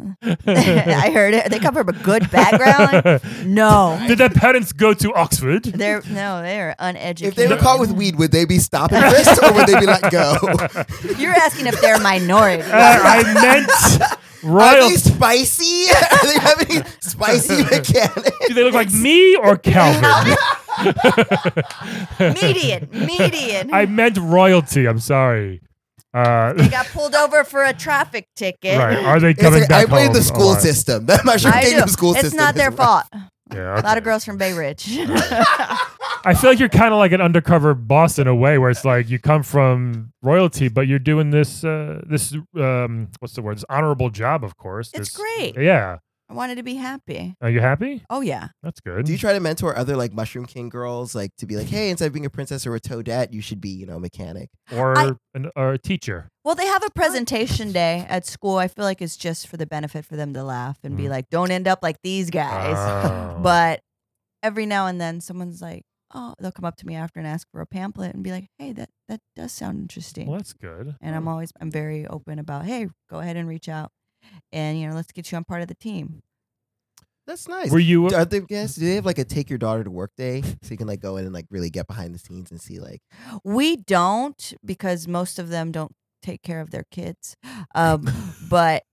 Speaker 5: I heard it. They come from a good background. No,
Speaker 1: Did their parents go to Oxford?
Speaker 5: they're no, they are uneducated.
Speaker 3: If they were caught with weed, would they be stopping first or would they be let go?
Speaker 5: You're asking if they're minority.
Speaker 1: Uh, I meant
Speaker 3: Are they
Speaker 1: royalty.
Speaker 3: spicy? Are they have any spicy mechanics?
Speaker 1: Do they look like me or Calvin?
Speaker 5: median, median.
Speaker 1: I meant royalty. I'm sorry. Uh,
Speaker 5: they got pulled over for a traffic ticket.
Speaker 1: right. Are they
Speaker 3: It's
Speaker 1: coming
Speaker 3: like, I
Speaker 1: back
Speaker 3: blame
Speaker 1: home
Speaker 3: the school
Speaker 1: alive?
Speaker 3: system. My
Speaker 5: I do.
Speaker 3: Kingdom school
Speaker 5: it's
Speaker 3: system.
Speaker 5: not
Speaker 3: is
Speaker 5: their
Speaker 3: rough.
Speaker 5: fault.
Speaker 1: Yeah,
Speaker 5: A lot of
Speaker 1: okay.
Speaker 5: girls from Bay Ridge.
Speaker 1: I feel like you're kind of like an undercover boss in a way, where it's like you come from royalty, but you're doing this uh, this um, what's the word? This honorable job, of course.
Speaker 5: It's
Speaker 1: This-
Speaker 5: great.
Speaker 1: Yeah.
Speaker 5: I wanted to be happy.
Speaker 1: Are you happy?
Speaker 5: Oh yeah.
Speaker 1: That's good.
Speaker 3: Do you try to mentor other like Mushroom King girls, like to be like, hey, instead of being a princess or a toadette, you should be, you know, a mechanic?
Speaker 1: or
Speaker 5: I-
Speaker 1: an, or a teacher?
Speaker 5: Well, they have a presentation day at school. I feel like it's just for the benefit for them to laugh and be
Speaker 1: Mm.
Speaker 5: like, "Don't end up like these guys."
Speaker 1: Oh.
Speaker 5: But every now and then, someone's like, "Oh," they'll come up to me after and ask for a pamphlet and be like, "Hey, that that does sound interesting."
Speaker 1: well, that's good.
Speaker 5: And I'm always I'm very open about, "Hey, go ahead and reach out, and you know, let's get you on part of the team."
Speaker 3: That's nice.
Speaker 1: Were you? uh,
Speaker 3: Are they, yes, do they have like a take your daughter to work day so you can like go in and like really get behind the scenes and see like
Speaker 5: We don't because most of them don't take care of their kids. Um, but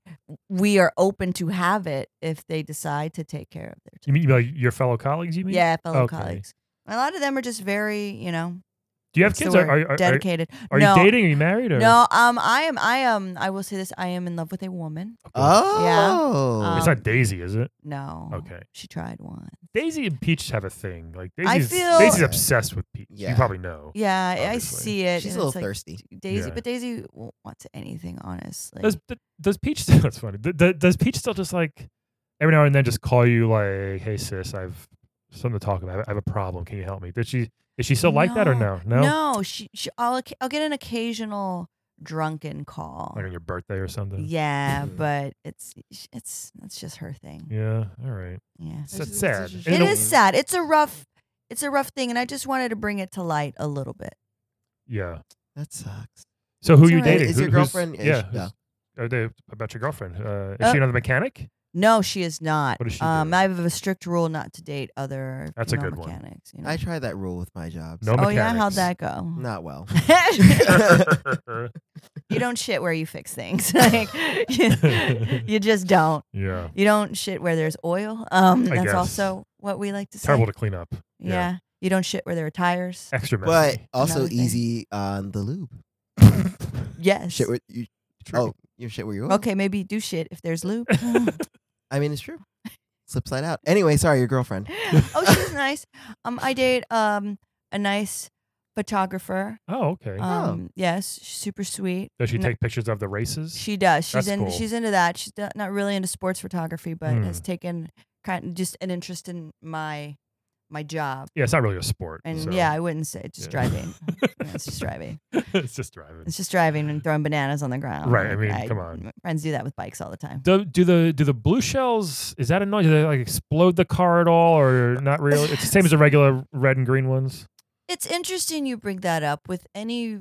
Speaker 5: we are open to have it if they decide to take care of their
Speaker 1: You mean like your fellow colleagues? You mean?
Speaker 5: Yeah, fellow
Speaker 1: Okay.
Speaker 5: colleagues. A lot of them are just very, you know,
Speaker 1: Do you have
Speaker 5: what's the
Speaker 1: kids? Are,
Speaker 5: word?
Speaker 1: are, are, are,
Speaker 5: dedicated.
Speaker 1: are
Speaker 5: no,
Speaker 1: you dating? Are you married? Or?
Speaker 5: No, um, I am. I am. I will say this: I am in love with a woman.
Speaker 3: Oh
Speaker 5: Yeah.
Speaker 1: it's
Speaker 5: Um,
Speaker 1: not Daisy, is it?
Speaker 5: No.
Speaker 1: Okay.
Speaker 5: She tried one.
Speaker 1: Daisy and Peach have a thing. Like
Speaker 5: I
Speaker 1: Daisy's,
Speaker 5: feel-
Speaker 1: Daisy's obsessed with Peach.
Speaker 3: Yeah.
Speaker 1: You probably know.
Speaker 5: Yeah, I- I
Speaker 1: Obviously.
Speaker 5: see it.
Speaker 3: She's a
Speaker 5: and
Speaker 3: little
Speaker 5: it's like
Speaker 3: thirsty.
Speaker 5: Daisy,
Speaker 1: Yeah.
Speaker 5: but Daisy won't want anything, honestly.
Speaker 1: Does th- does Peach still? That's funny. Th- th- does Peach still just like every now and then just call you like, "Hey sis, I've something to talk about. I have a problem. Can you help me?" Did she is she still like that or no? No.
Speaker 5: No, she, she I'll oc- I'll get an occasional drunken call.
Speaker 1: Like uh, on your birthday or something.
Speaker 5: Yeah,
Speaker 3: Mhm.
Speaker 5: but it's it's that's just her thing.
Speaker 1: Yeah. All right.
Speaker 5: Yeah.
Speaker 1: It's
Speaker 3: This is-
Speaker 1: sad.
Speaker 3: this is
Speaker 5: It
Speaker 1: In a-
Speaker 5: is sad. It's a rough it's a rough thing and I just wanted to bring it to light a little bit.
Speaker 1: Yeah.
Speaker 3: that sucks.
Speaker 1: So who
Speaker 5: It's
Speaker 1: you
Speaker 5: all right.
Speaker 1: dating?
Speaker 3: Is
Speaker 1: Who-
Speaker 3: your
Speaker 1: who's-
Speaker 3: girlfriend- is
Speaker 1: Yeah.
Speaker 3: she-
Speaker 1: who's- Are they about your girlfriend? Uh, is
Speaker 5: Uh,
Speaker 1: she another mechanic?
Speaker 5: No, she is not.
Speaker 1: What does she
Speaker 5: um
Speaker 1: do?
Speaker 5: I have a strict rule not to date other
Speaker 1: That's a
Speaker 5: female
Speaker 1: good one.
Speaker 5: mechanics, you know.
Speaker 3: I tried that rule with my job.
Speaker 1: No
Speaker 5: oh yeah, how'd
Speaker 1: mechanics.
Speaker 5: that go?
Speaker 3: Not well.
Speaker 5: you don't shit where you fix things. like, you, you just don't.
Speaker 1: yeah.
Speaker 5: You don't shit where there's oil. Um,
Speaker 1: I
Speaker 5: that's
Speaker 1: guess.
Speaker 5: also what we like to say.
Speaker 1: Terrible to clean up.
Speaker 5: yeah.
Speaker 1: yeah. Eh.
Speaker 5: You don't shit where there are tires.
Speaker 1: Extra messy.
Speaker 3: but also
Speaker 5: Another thing.
Speaker 3: easy on the lube.
Speaker 5: Yes.
Speaker 3: Shit, where you, oh, you shit where you are.
Speaker 5: okay, maybe do shit if there's lube.
Speaker 3: I mean, it's true. Slip side out. Anyway, sorry, your girlfriend.
Speaker 5: oh, she's nice. Um, I date um a nice photographer.
Speaker 1: oh, okay.
Speaker 3: Oh.
Speaker 5: Um, yes, she's super sweet.
Speaker 1: Does she
Speaker 5: no-
Speaker 1: take pictures of the races?
Speaker 5: She does. She's
Speaker 1: That's
Speaker 5: in.
Speaker 1: cool.
Speaker 5: She's into that. She's not- not really into sports photography, but
Speaker 1: Hmm.
Speaker 5: has taken kind of just an interest in my my job.
Speaker 1: yeah, it's not really a sport.
Speaker 5: And
Speaker 1: so-
Speaker 5: yeah, I wouldn't say it's just
Speaker 1: Yeah.
Speaker 5: driving. Yeah, it's just driving.
Speaker 1: it's just driving.
Speaker 5: It's just driving and throwing bananas on the ground.
Speaker 1: Right, I mean, come on.
Speaker 5: my Friends do that with bikes all the time.
Speaker 1: Do, do the do the blue shells? Is that a noise? Do they like explode the car at all, or not really? It's the same as the regular red and green ones.
Speaker 5: It's interesting you bring that up with any,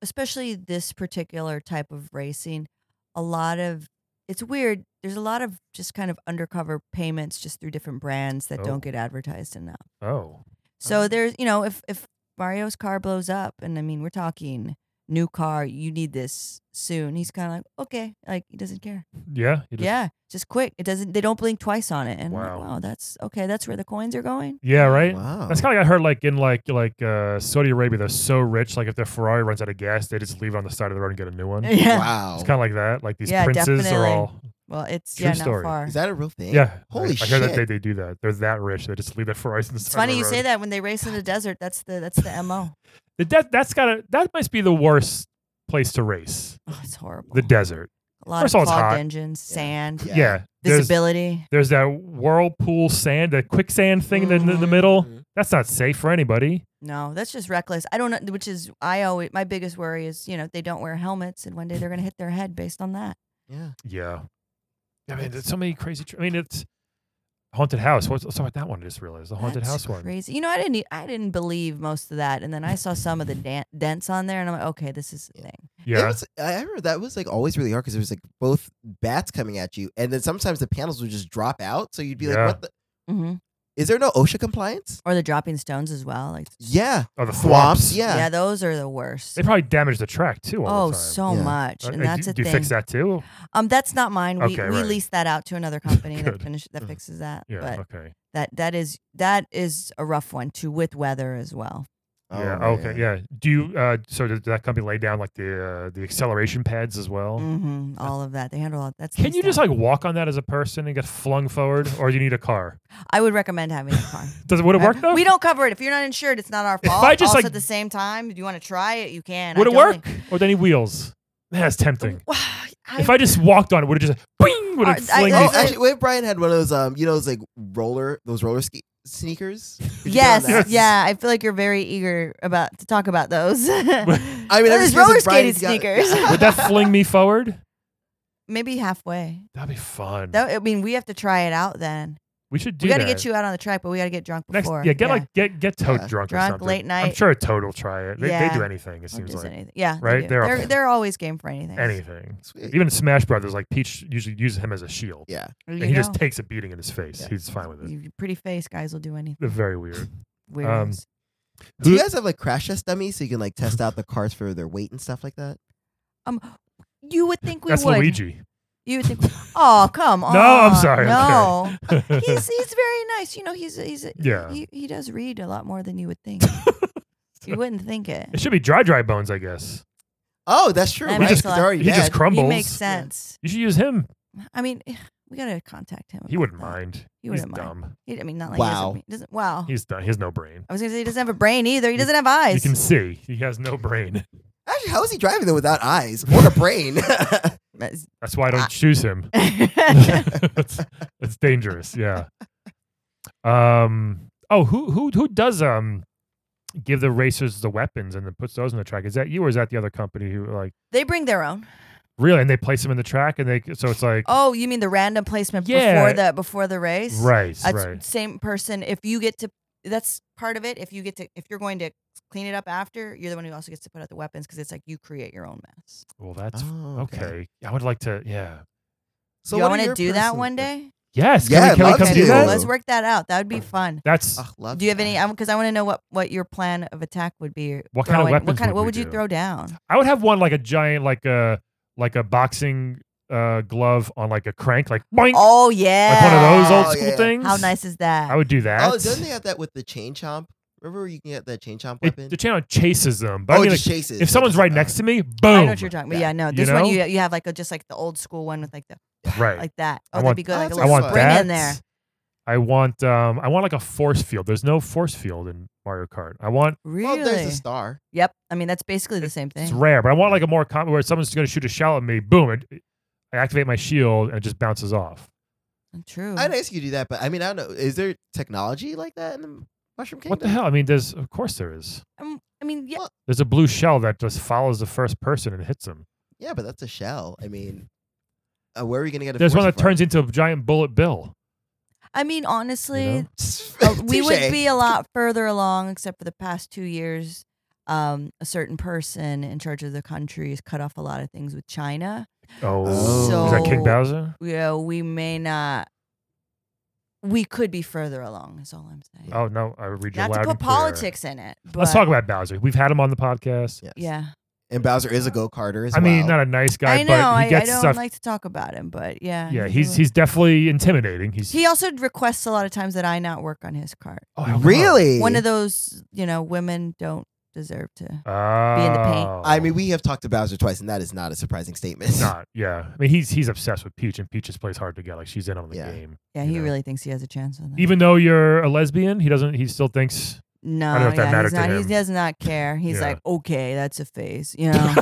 Speaker 5: especially this particular type of racing. A lot of it's weird. There's a lot of just kind of undercover payments just through different brands that
Speaker 1: Oh.
Speaker 5: don't get advertised enough.
Speaker 1: Oh,
Speaker 5: So there's, you know, if if Mario's car blows up, and I mean, we're talking new car, you need this soon. He's kind of like, okay, like he doesn't care.
Speaker 1: yeah, you just-
Speaker 5: yeah, just quick. It doesn't. They don't blink twice on it. And wow, like,
Speaker 1: Wow.
Speaker 5: wow, that's okay. That's where the coins are going.
Speaker 1: yeah, right.
Speaker 3: Wow.
Speaker 1: That's kind of like I heard like in like like uh, Saudi Arabia, they're so rich. Like if their Ferrari runs out of gas, they just leave it on the side of the road and get a new one.
Speaker 5: yeah.
Speaker 3: Wow.
Speaker 1: It's kind of like that. Like these
Speaker 5: Yeah,
Speaker 1: princes are
Speaker 5: definitely.
Speaker 1: all
Speaker 5: Well, it's
Speaker 1: True
Speaker 5: yeah,
Speaker 1: story.
Speaker 5: not far.
Speaker 3: Is that a real thing?
Speaker 1: yeah.
Speaker 3: Holy
Speaker 1: I, I heard that
Speaker 3: shit.
Speaker 1: they, they do that. They're that rich. They just leave their Ferraris in the side.
Speaker 5: it's
Speaker 1: of the
Speaker 5: funny you say
Speaker 1: road.
Speaker 5: that when they race in the desert. That's the that's the mo.
Speaker 1: The de- that's gotta that must be the worst place to race.
Speaker 5: Oh, it's horrible.
Speaker 1: The desert.
Speaker 5: a lot
Speaker 1: first of all,
Speaker 5: of
Speaker 1: it's
Speaker 5: clogged
Speaker 1: hot.
Speaker 5: engines, sand,
Speaker 3: Yeah.
Speaker 1: Yeah. there's-
Speaker 5: visibility.
Speaker 1: There's that whirlpool sand, that quicksand thing in, the,
Speaker 5: Mm-hmm.
Speaker 1: in the middle.
Speaker 2: Mhm.
Speaker 1: That's not safe for anybody.
Speaker 5: No, that's just reckless. I don't know. Which is I always my biggest worry is you know they don't wear helmets and one day they're gonna hit their head based on that.
Speaker 3: Yeah.
Speaker 1: Yeah. I mean, there's so many crazy. Tr- I mean, it's haunted house. What's, what's about that one? I just realized the haunted
Speaker 5: That's
Speaker 1: house one.
Speaker 5: Crazy. You know, I didn't. e- I didn't believe most of that, and then I saw some of the dan- dents on there, and I'm like, okay, this is the
Speaker 3: Yeah.
Speaker 5: thing.
Speaker 3: That
Speaker 1: Yeah.
Speaker 3: was- I remember that was like always really hard because there was like both bats coming at you, and then sometimes the panels would just drop out. So you'd be
Speaker 1: Yeah.
Speaker 3: like, "What? The,
Speaker 5: hmm
Speaker 3: is there no OSHA compliance?"
Speaker 5: Or the dropping stones as well. Like,
Speaker 3: Yeah,
Speaker 1: Oh, the thwomps.
Speaker 3: thwomps.
Speaker 5: yeah,
Speaker 3: Yeah.
Speaker 5: those are the worst.
Speaker 1: They probably damaged the track too. All
Speaker 5: Oh,
Speaker 1: the time.
Speaker 5: so
Speaker 3: Yeah.
Speaker 5: much,
Speaker 1: Uh,
Speaker 5: and
Speaker 1: uh,
Speaker 5: that's
Speaker 1: do,
Speaker 5: a
Speaker 1: do you
Speaker 5: thing.
Speaker 1: fix that too?
Speaker 5: Um, that's not mine. We
Speaker 1: Okay,
Speaker 5: we
Speaker 1: right.
Speaker 5: leased that out to another company that
Speaker 1: Good.
Speaker 5: finish that
Speaker 3: Ugh.
Speaker 5: fixes that.
Speaker 1: Yeah.
Speaker 5: But
Speaker 1: okay.
Speaker 5: that that is that is a rough one too with weather as well.
Speaker 1: yeah.
Speaker 3: Oh,
Speaker 1: okay.
Speaker 3: man.
Speaker 1: Yeah. Do you? Uh, so did that company lay down like the uh, the acceleration pads as well?
Speaker 5: hmm all of that they handle all that's.
Speaker 1: Can
Speaker 5: leased
Speaker 1: you just
Speaker 5: out.
Speaker 1: like walk on that as a person and get flung forward, or do you need a car?
Speaker 5: I would recommend having a car.
Speaker 1: Does it would it work though?
Speaker 5: We don't cover it. If you're not insured, it's not our fault.
Speaker 1: I just,
Speaker 5: also,
Speaker 1: like-
Speaker 5: at the same time, if you want to try it, you can. I
Speaker 1: Would it
Speaker 5: don't
Speaker 1: work?
Speaker 5: think-
Speaker 1: Or do they need wheels? That's tempting.
Speaker 5: I,
Speaker 1: if I just walked on it, would it just bing? Would
Speaker 5: Are-
Speaker 1: it fling
Speaker 5: I-
Speaker 1: me?
Speaker 3: Oh,
Speaker 5: Is it-
Speaker 3: actually, wait. Brian had one of those, um, you know, those like roller, those roller ski sneakers. Did you get on
Speaker 5: yes,
Speaker 3: that?
Speaker 5: yeah. I feel like you're very eager about to talk about those.
Speaker 3: I mean,
Speaker 5: Those
Speaker 3: I'm just
Speaker 5: roller
Speaker 3: curious if Brian's
Speaker 5: skating
Speaker 3: got-
Speaker 5: sneakers.
Speaker 1: would that fling me forward?
Speaker 5: Maybe halfway.
Speaker 1: That'd be fun.
Speaker 5: That, I mean, we have to try it out then.
Speaker 1: we should do
Speaker 5: We got to
Speaker 1: that.
Speaker 5: get you out on the track, but we got to get drunk
Speaker 1: Next,
Speaker 5: before.
Speaker 1: yeah, get like get get Toad
Speaker 3: Yeah.
Speaker 1: drunk, or
Speaker 5: Drunk,
Speaker 1: something.
Speaker 5: late
Speaker 1: I'm
Speaker 5: night.
Speaker 1: sure Toad will try it. They, they
Speaker 5: Yeah.
Speaker 1: do anything. It
Speaker 5: Or
Speaker 1: seems
Speaker 5: just
Speaker 1: like
Speaker 5: anything. Yeah,
Speaker 1: right?
Speaker 5: They
Speaker 1: They're
Speaker 5: are
Speaker 1: up
Speaker 5: they're,
Speaker 1: for-
Speaker 5: they're always game for anything.
Speaker 1: anything.
Speaker 3: Sweet.
Speaker 1: Even in Smash Brothers, like Peach usually uses him as a shield,
Speaker 3: Yeah.
Speaker 5: You
Speaker 1: and he just
Speaker 5: know,
Speaker 1: takes a beating in his face.
Speaker 3: Yeah.
Speaker 1: He's fine with it.
Speaker 5: you- pretty face guys will do anything.
Speaker 1: They're very weird.
Speaker 5: Weird.
Speaker 1: Um,
Speaker 5: ones.
Speaker 3: Do you
Speaker 1: Who-
Speaker 3: guys have like crash test dummies so you can like test out the cars for their weight and stuff like that?
Speaker 5: Um, you would think we
Speaker 1: That's
Speaker 5: would.
Speaker 1: Luigi.
Speaker 5: You would think. Oh, come on.
Speaker 1: No, I'm sorry.
Speaker 5: No.
Speaker 1: I'm sorry.
Speaker 5: he's he's very nice. You know, he's he's
Speaker 1: Yeah.
Speaker 5: He he does read a lot more than you would think. you wouldn't think it.
Speaker 1: it should be dry, dry bones, I guess.
Speaker 3: Oh, that's true.
Speaker 5: That
Speaker 3: right?
Speaker 1: makes a
Speaker 3: 'Cause
Speaker 5: lot-
Speaker 3: they're already
Speaker 1: He
Speaker 3: dead.
Speaker 1: just crumbles.
Speaker 5: He makes sense.
Speaker 1: You should use him.
Speaker 5: I mean, we gotta contact him.
Speaker 1: He
Speaker 5: about
Speaker 1: wouldn't
Speaker 5: that.
Speaker 1: mind.
Speaker 5: He
Speaker 1: He's
Speaker 5: wouldn't mind.
Speaker 1: dumb.
Speaker 5: He, I mean, not like
Speaker 3: Wow.
Speaker 5: He doesn't, he doesn't- wow.
Speaker 1: He's dumb. He has no brain.
Speaker 5: I was gonna say he doesn't have a brain either. He
Speaker 1: You-
Speaker 5: doesn't have
Speaker 1: You
Speaker 5: eyes.
Speaker 1: can see he has no brain.
Speaker 3: Actually, how is he driving though without eyes or a brain?
Speaker 5: That's-
Speaker 1: That's why I don't choose him. it's, it's dangerous. Yeah. Um. Oh, who who who does um give the racers the weapons and then puts those in the track? Is that you or is that the other company who like
Speaker 5: they bring their own.
Speaker 1: really and they place them in the track and they so it's like
Speaker 5: Oh, you mean the random placement
Speaker 1: Yeah.
Speaker 5: before the before the race?
Speaker 1: right
Speaker 5: That's
Speaker 1: right
Speaker 5: same person. If you get to, that's part of it. If you get to, if you're going to clean it up after, you're the one who also gets to put out the weapons because it's like you create your own mess.
Speaker 1: well that's
Speaker 3: Oh,
Speaker 1: okay. I would like to yeah
Speaker 3: So
Speaker 5: you
Speaker 3: what
Speaker 5: want
Speaker 3: are
Speaker 5: to
Speaker 3: your
Speaker 5: do that
Speaker 3: personal-
Speaker 5: one day?
Speaker 1: Yes. Can
Speaker 3: Yeah,
Speaker 1: we, can we
Speaker 3: love
Speaker 1: come
Speaker 3: to. Ah.
Speaker 1: do
Speaker 5: cool.
Speaker 1: that?
Speaker 5: Let's work that out. That would be fun.
Speaker 1: That's
Speaker 3: Ugh, love
Speaker 5: Do you have
Speaker 3: that.
Speaker 5: any? Because I want to know what, what your plan of attack would be.
Speaker 1: What kind of
Speaker 5: throwing-
Speaker 1: weapons
Speaker 5: What kind of
Speaker 1: would
Speaker 5: what
Speaker 1: we
Speaker 5: would you
Speaker 1: do?
Speaker 5: throw down?
Speaker 1: I would have one like a giant like a like a boxing uh glove on like a crank like boink
Speaker 5: Oh yeah,
Speaker 1: like one of those
Speaker 3: Oh,
Speaker 1: old school
Speaker 3: yeah.
Speaker 1: things.
Speaker 5: How nice is
Speaker 1: I
Speaker 5: that?
Speaker 1: would do that.
Speaker 3: Oh, doesn't they have that with the chain chomp? Remember where you can get that chain chomp weapon?
Speaker 1: it, the channel chases them. But
Speaker 3: oh,
Speaker 1: I
Speaker 3: it
Speaker 1: mean,
Speaker 3: just
Speaker 1: like,
Speaker 3: chases.
Speaker 1: if someone's right next to me, boom.
Speaker 5: I know what you're talking. But yeah, no,
Speaker 1: You
Speaker 5: this one
Speaker 1: know?
Speaker 5: you you have like a just like the old school one with like the
Speaker 1: right.
Speaker 5: like that.
Speaker 1: I
Speaker 5: Oh, that'd
Speaker 1: want-
Speaker 5: be good.
Speaker 3: Oh,
Speaker 5: Like a
Speaker 3: that's
Speaker 1: I
Speaker 5: little
Speaker 1: want
Speaker 3: fun.
Speaker 5: spring
Speaker 1: that.
Speaker 5: in there.
Speaker 1: I want um I want like a force field. There's no force field in Mario Kart. I want
Speaker 5: Really?
Speaker 3: Well, there's a star.
Speaker 5: Yep. I mean, that's basically the same
Speaker 1: it's
Speaker 5: thing.
Speaker 1: rare, but I want like a more common where someone's going to shoot a shell at me. Boom! It, I activate my shield and it just bounces off.
Speaker 5: Uh, True.
Speaker 3: I'd ask you to do that, but I mean, I don't know. Is there technology like that in the Mushroom Kingdom?
Speaker 1: What the hell? I mean, there's of course there is.
Speaker 5: Um, I mean, yeah.
Speaker 3: Well,
Speaker 1: There's a blue shell that just follows the first person and hits them.
Speaker 3: Yeah, but that's a shell. I mean, uh, where are we gonna get a?
Speaker 1: There's one that
Speaker 3: force
Speaker 1: turns into a giant bullet bill.
Speaker 5: I mean, honestly,
Speaker 3: from?
Speaker 5: uh, we would
Speaker 3: Touche.
Speaker 5: be a lot further along, except for the past two years. Um, a certain person in charge of the country has cut off a lot of things with China.
Speaker 1: Oh, is that King
Speaker 5: So-
Speaker 1: Bowser?
Speaker 5: You know, we may not. We could be further along. Is all I'm saying.
Speaker 1: Oh no, I read you
Speaker 5: Not
Speaker 1: loud and
Speaker 5: to put
Speaker 1: clear.
Speaker 5: politics in it. But
Speaker 1: Let's talk about Bowser. We've had him on the podcast.
Speaker 3: Yes.
Speaker 5: Yeah,
Speaker 3: And Bowser is a go karter as
Speaker 1: I
Speaker 3: well.
Speaker 1: mean, not a nice guy,
Speaker 5: I know.
Speaker 1: but
Speaker 5: I,
Speaker 1: he
Speaker 5: I
Speaker 1: gets
Speaker 5: don't
Speaker 1: stuff.
Speaker 5: like to talk about him, but yeah.
Speaker 1: yeah,
Speaker 5: he
Speaker 1: he's
Speaker 5: will-
Speaker 1: he's definitely intimidating. He's
Speaker 5: He also requests a lot of times that I not work on his card.
Speaker 1: oh, how come?
Speaker 3: really.
Speaker 5: One of those, you know, women don't deserve to.
Speaker 1: Oh,
Speaker 5: in the paint.
Speaker 3: I mean, we have talked to Bowser twice, and that is not a surprising statement.
Speaker 1: not. Yeah, I mean, he's he's obsessed with Peach, and Peach just plays hard to get. Like she's in on the
Speaker 3: Yeah.
Speaker 1: game.
Speaker 5: Yeah,
Speaker 1: You
Speaker 5: he
Speaker 1: know.
Speaker 5: really thinks he has a chance on that.
Speaker 1: Even though you're a lesbian, he doesn't. He still thinks.
Speaker 5: no,
Speaker 1: I don't know if that
Speaker 5: yeah,
Speaker 1: mattered
Speaker 5: he's
Speaker 1: to
Speaker 5: not,
Speaker 1: him.
Speaker 5: He does not care. He's
Speaker 1: Yeah.
Speaker 5: like, okay, that's a phase, you know.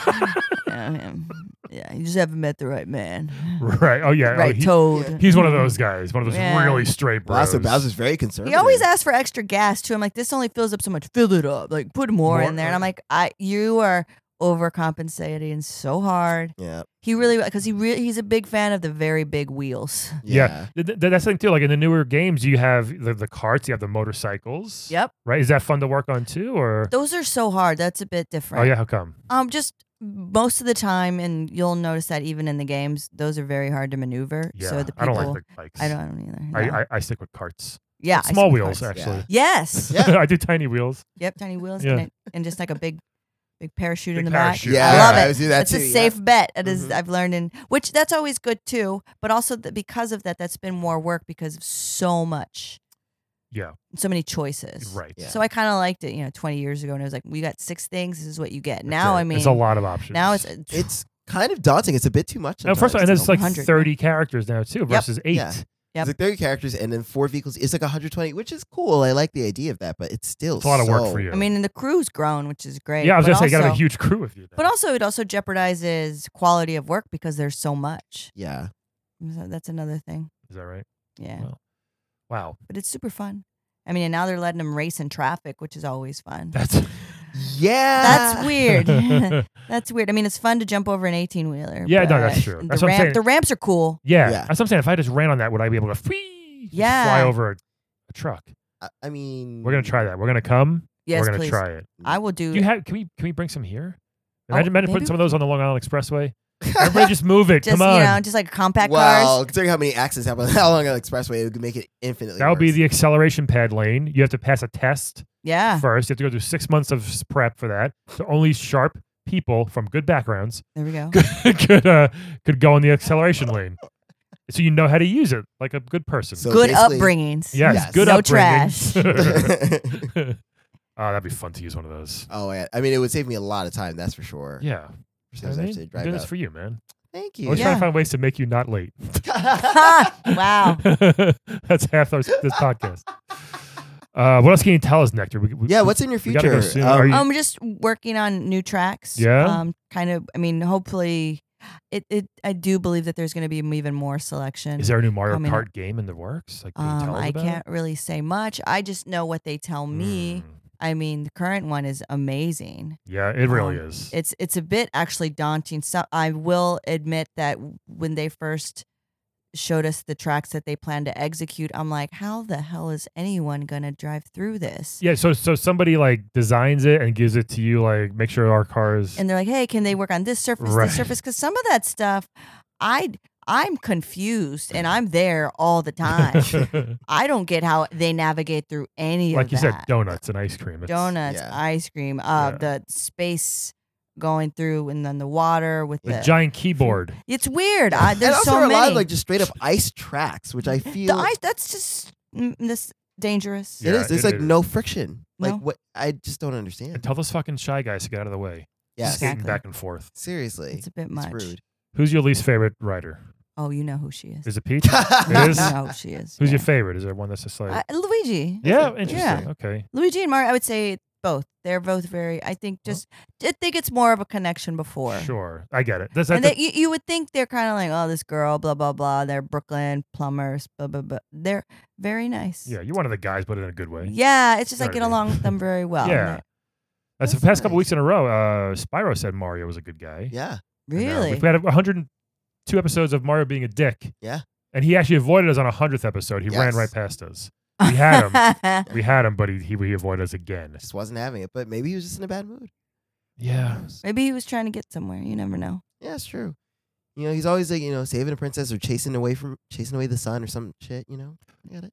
Speaker 5: yeah, um, yeah, you just haven't met the right man.
Speaker 1: right. Oh yeah. oh,
Speaker 5: right
Speaker 1: he-
Speaker 5: toad.
Speaker 1: he's one of those guys. One of those
Speaker 5: Yeah.
Speaker 1: really straight
Speaker 3: Wow,
Speaker 1: bros.
Speaker 3: so Bowser's very conservative.
Speaker 5: He always asks for extra gas too. I'm like, this only fills up so much. Fill it up. Like, put more,
Speaker 1: More-
Speaker 5: in there. And I'm like, I, you are overcompensating so hard.
Speaker 3: Yeah.
Speaker 5: He really, because he really, he's a big fan of the very big wheels.
Speaker 1: Yeah. Th- th- that's the thing too. Like in the newer games, you have the, the carts, you have the motorcycles.
Speaker 5: Yep.
Speaker 1: Right. Is that fun to work on too, or?
Speaker 5: Those are so hard. That's a bit
Speaker 1: Oh
Speaker 5: different.
Speaker 1: yeah. How come?
Speaker 5: Um, just most of the time, and you'll notice that even in the games, those are very hard to maneuver.
Speaker 1: Yeah.
Speaker 5: so the people,
Speaker 1: I don't like the bikes.
Speaker 5: I don't, I don't either. no.
Speaker 1: I, I, I stick with carts.
Speaker 5: yeah, I
Speaker 1: Small
Speaker 5: see the
Speaker 1: wheels,
Speaker 5: carts.
Speaker 1: actually.
Speaker 5: Yes.
Speaker 3: Yeah.
Speaker 1: I do tiny wheels.
Speaker 5: Yep. Tiny wheels
Speaker 1: Yeah.
Speaker 5: and, it, and just like a big, big parachute in
Speaker 1: Big
Speaker 5: the
Speaker 1: parachute. Mm-hmm.
Speaker 5: back.
Speaker 1: Yeah,
Speaker 5: I love it.
Speaker 3: always do that
Speaker 5: that's
Speaker 3: too.
Speaker 5: a
Speaker 3: yeah.
Speaker 5: safe bet. It is-
Speaker 3: Mhm.
Speaker 5: I've learned in which that's always good too. But also that because of that, that's been more work because of so much,
Speaker 1: Yeah.
Speaker 5: so many choices.
Speaker 1: Right.
Speaker 3: Yeah.
Speaker 5: So I kind of liked it. You know, 20 years ago, and it was like we got six things. This is what you get.
Speaker 1: That's
Speaker 5: now
Speaker 1: it.
Speaker 5: I mean,
Speaker 1: it's a lot of options.
Speaker 5: now it's
Speaker 3: It's kind of daunting. It's a bit too much.
Speaker 1: Now, first of all, and there's
Speaker 3: sometimes.
Speaker 1: like
Speaker 5: 100, yeah.
Speaker 1: 30 characters now too versus eight.
Speaker 3: Yeah. It's
Speaker 5: Yep.
Speaker 3: like 30 characters and then four vehicles. It's like 120, which is cool. I like the idea of that, but it's still
Speaker 1: It's a lot of work
Speaker 3: so-
Speaker 1: for you.
Speaker 5: I mean, and the crew's grown, which is great.
Speaker 1: yeah, I was
Speaker 5: but
Speaker 1: gonna say you gotta have a
Speaker 5: also-
Speaker 1: huge crew with you.
Speaker 5: But
Speaker 1: now.
Speaker 5: also, it also jeopardizes quality of work because there's so much.
Speaker 3: Yeah.
Speaker 5: So that's another thing.
Speaker 1: is that right?
Speaker 5: Yeah,
Speaker 1: Wow. Wow,
Speaker 5: but it's super fun. I mean, and now they're letting them race in traffic, which is always fun.
Speaker 1: that's
Speaker 3: Yeah.
Speaker 5: That's weird.
Speaker 1: yeah,
Speaker 5: that's weird. I mean, it's fun to jump over an eighteen wheeler.
Speaker 1: Yeah, no, that's true. That's
Speaker 5: the,
Speaker 1: what I'm
Speaker 5: ramp-
Speaker 1: saying.
Speaker 5: the ramps are cool.
Speaker 1: That's what I'm saying. If I just ran on that, would I be able to free
Speaker 5: Yeah. Mm.
Speaker 1: fly over a, a truck?
Speaker 3: I- I mean,
Speaker 1: We're gonna try that. We're gonna come.
Speaker 5: Yes,
Speaker 1: we're gonna
Speaker 5: please.
Speaker 1: try it.
Speaker 5: I will do.
Speaker 1: Do you have? Can we? Can we bring some here? Imagine, imagine
Speaker 5: Oh, maybe
Speaker 1: putting some of
Speaker 5: we
Speaker 1: those on the Long Island Expressway. Everybody, just move it.
Speaker 5: just
Speaker 1: come on.
Speaker 5: you know, just like compact
Speaker 3: well,
Speaker 5: cars.
Speaker 3: considering how many accidents happen on the Long Island Expressway, it would make it infinitely.
Speaker 1: that would be
Speaker 3: worse.
Speaker 1: the acceleration pad lane. You have to pass a test
Speaker 5: Yeah,
Speaker 1: first. You have to go through six months of s- prep for that. So only sharp people from good backgrounds
Speaker 5: there we go.
Speaker 1: could uh, could go in the acceleration lane, so you know how to use it like a good person.
Speaker 3: So
Speaker 5: Good
Speaker 3: basically-
Speaker 5: upbringings.
Speaker 1: yes,
Speaker 3: yes.
Speaker 1: good
Speaker 5: No
Speaker 1: upbringing. oh, that'd be fun to use one of those.
Speaker 3: oh, yeah. I mean, it would save me a lot of time, that's for sure.
Speaker 1: Yeah,
Speaker 3: If
Speaker 1: You know what I mean?
Speaker 3: I was
Speaker 1: Oh,
Speaker 3: actually
Speaker 1: I'm
Speaker 3: drive
Speaker 1: doing this
Speaker 3: out.
Speaker 1: for you, man.
Speaker 3: Thank
Speaker 1: I
Speaker 3: you.
Speaker 1: was trying
Speaker 5: Yeah.
Speaker 1: to find ways to make you not late.
Speaker 5: wow.
Speaker 1: that's half our, this podcast. Uh, what else can you tell us, Nectar? We, we,
Speaker 3: yeah, what's in your
Speaker 1: we gotta
Speaker 3: future? Um,
Speaker 1: go soon. Are you-
Speaker 5: I'm Um, just working on new tracks.
Speaker 1: Hmm. Yeah?
Speaker 5: Um, kind of. I mean, hopefully, it. it I do believe that there's going to be even more selection.
Speaker 1: Is there a new Mario
Speaker 5: coming
Speaker 1: Kart
Speaker 5: up.
Speaker 1: game in the works? Like, can you
Speaker 5: um,
Speaker 1: tell us
Speaker 5: I
Speaker 1: about
Speaker 5: can't really say much. I just know what they tell
Speaker 1: It?
Speaker 5: me.
Speaker 1: Mm.
Speaker 5: I mean, the current one is amazing.
Speaker 1: Yeah, it really
Speaker 5: Um,
Speaker 1: is.
Speaker 5: It's it's a bit actually daunting. So I will admit that when they first showed us the tracks that they plan to execute, I'm like, how the hell is anyone going to drive through this?
Speaker 1: yeah, so so somebody like designs it and gives it to you. Like, make sure our cars.
Speaker 5: and they're like, "Hey, can they work on this surface,
Speaker 1: Right.
Speaker 5: this surface?" Because some of that stuff, I I'm confused and I'm there all the time. I don't get how they navigate through any
Speaker 1: like
Speaker 5: of
Speaker 1: you
Speaker 5: that.
Speaker 1: said, donuts and ice cream. It's-
Speaker 5: donuts,
Speaker 3: Yeah.
Speaker 5: ice cream, uh,
Speaker 1: Yeah.
Speaker 5: the space going through, and then the water with
Speaker 1: The
Speaker 5: the.
Speaker 1: giant keyboard.
Speaker 5: it's weird. I,
Speaker 3: and
Speaker 5: there's
Speaker 3: also
Speaker 5: so
Speaker 3: a
Speaker 5: many.
Speaker 3: lot of like just straight up ice tracks, which I
Speaker 5: the
Speaker 3: feel
Speaker 5: ice. That's just mm, this dangerous.
Speaker 1: Yeah.
Speaker 3: it is. There's
Speaker 1: it
Speaker 3: like
Speaker 1: is.
Speaker 3: no friction.
Speaker 5: No.
Speaker 3: Like what I just don't understand.
Speaker 1: And tell those fucking shy guys to get out of the way.
Speaker 3: Yes.
Speaker 5: Exactly.
Speaker 1: Skating back and forth.
Speaker 3: Seriously.
Speaker 5: It's a bit much.
Speaker 3: rude.
Speaker 1: Who's your least favorite writer?
Speaker 5: Oh, you know who she is.
Speaker 1: Is it Peach? It is?
Speaker 5: You know who she is.
Speaker 1: Who's
Speaker 5: yeah.
Speaker 1: your favorite? Is there one that's just like,
Speaker 5: I- Luigi.
Speaker 1: yeah,
Speaker 3: Yeah.
Speaker 1: interesting. Okay.
Speaker 5: Luigi and Mario. I would say both. They're both very. I think just. I think it's more of a connection before.
Speaker 1: Oh. Sure. I get it. That's,
Speaker 5: And
Speaker 1: that's
Speaker 5: that you, you would think they're kind of like, oh, this girl, blah blah blah. They're Brooklyn plumbers, blah blah blah. They're very nice.
Speaker 1: yeah, you're one of the guys, but in a good way.
Speaker 5: Yeah, it's just I
Speaker 1: Gotta
Speaker 5: get
Speaker 1: be.
Speaker 5: along with them very well. and
Speaker 1: Yeah.
Speaker 5: they're-
Speaker 1: That's,
Speaker 5: That's
Speaker 1: the past couple
Speaker 5: nice.
Speaker 1: weeks in a row. Uh, Spyro said Mario was a good guy.
Speaker 3: Yeah.
Speaker 1: And, uh,
Speaker 5: Really?
Speaker 1: we've had 102 episodes of Mario being a dick.
Speaker 3: Yeah.
Speaker 1: And he actually avoided us on a hundredth episode. He ran
Speaker 3: Yes.
Speaker 1: right past us. We had him. we had him, but he, he he avoided us again.
Speaker 3: Just wasn't having it. But maybe he was just in a bad mood.
Speaker 1: Yeah.
Speaker 5: Maybe he was trying to get somewhere. You never know.
Speaker 3: Yeah, it's true. You know, he's always like, you know, saving a princess or chasing away from chasing away the sun or some shit, you know? I got it.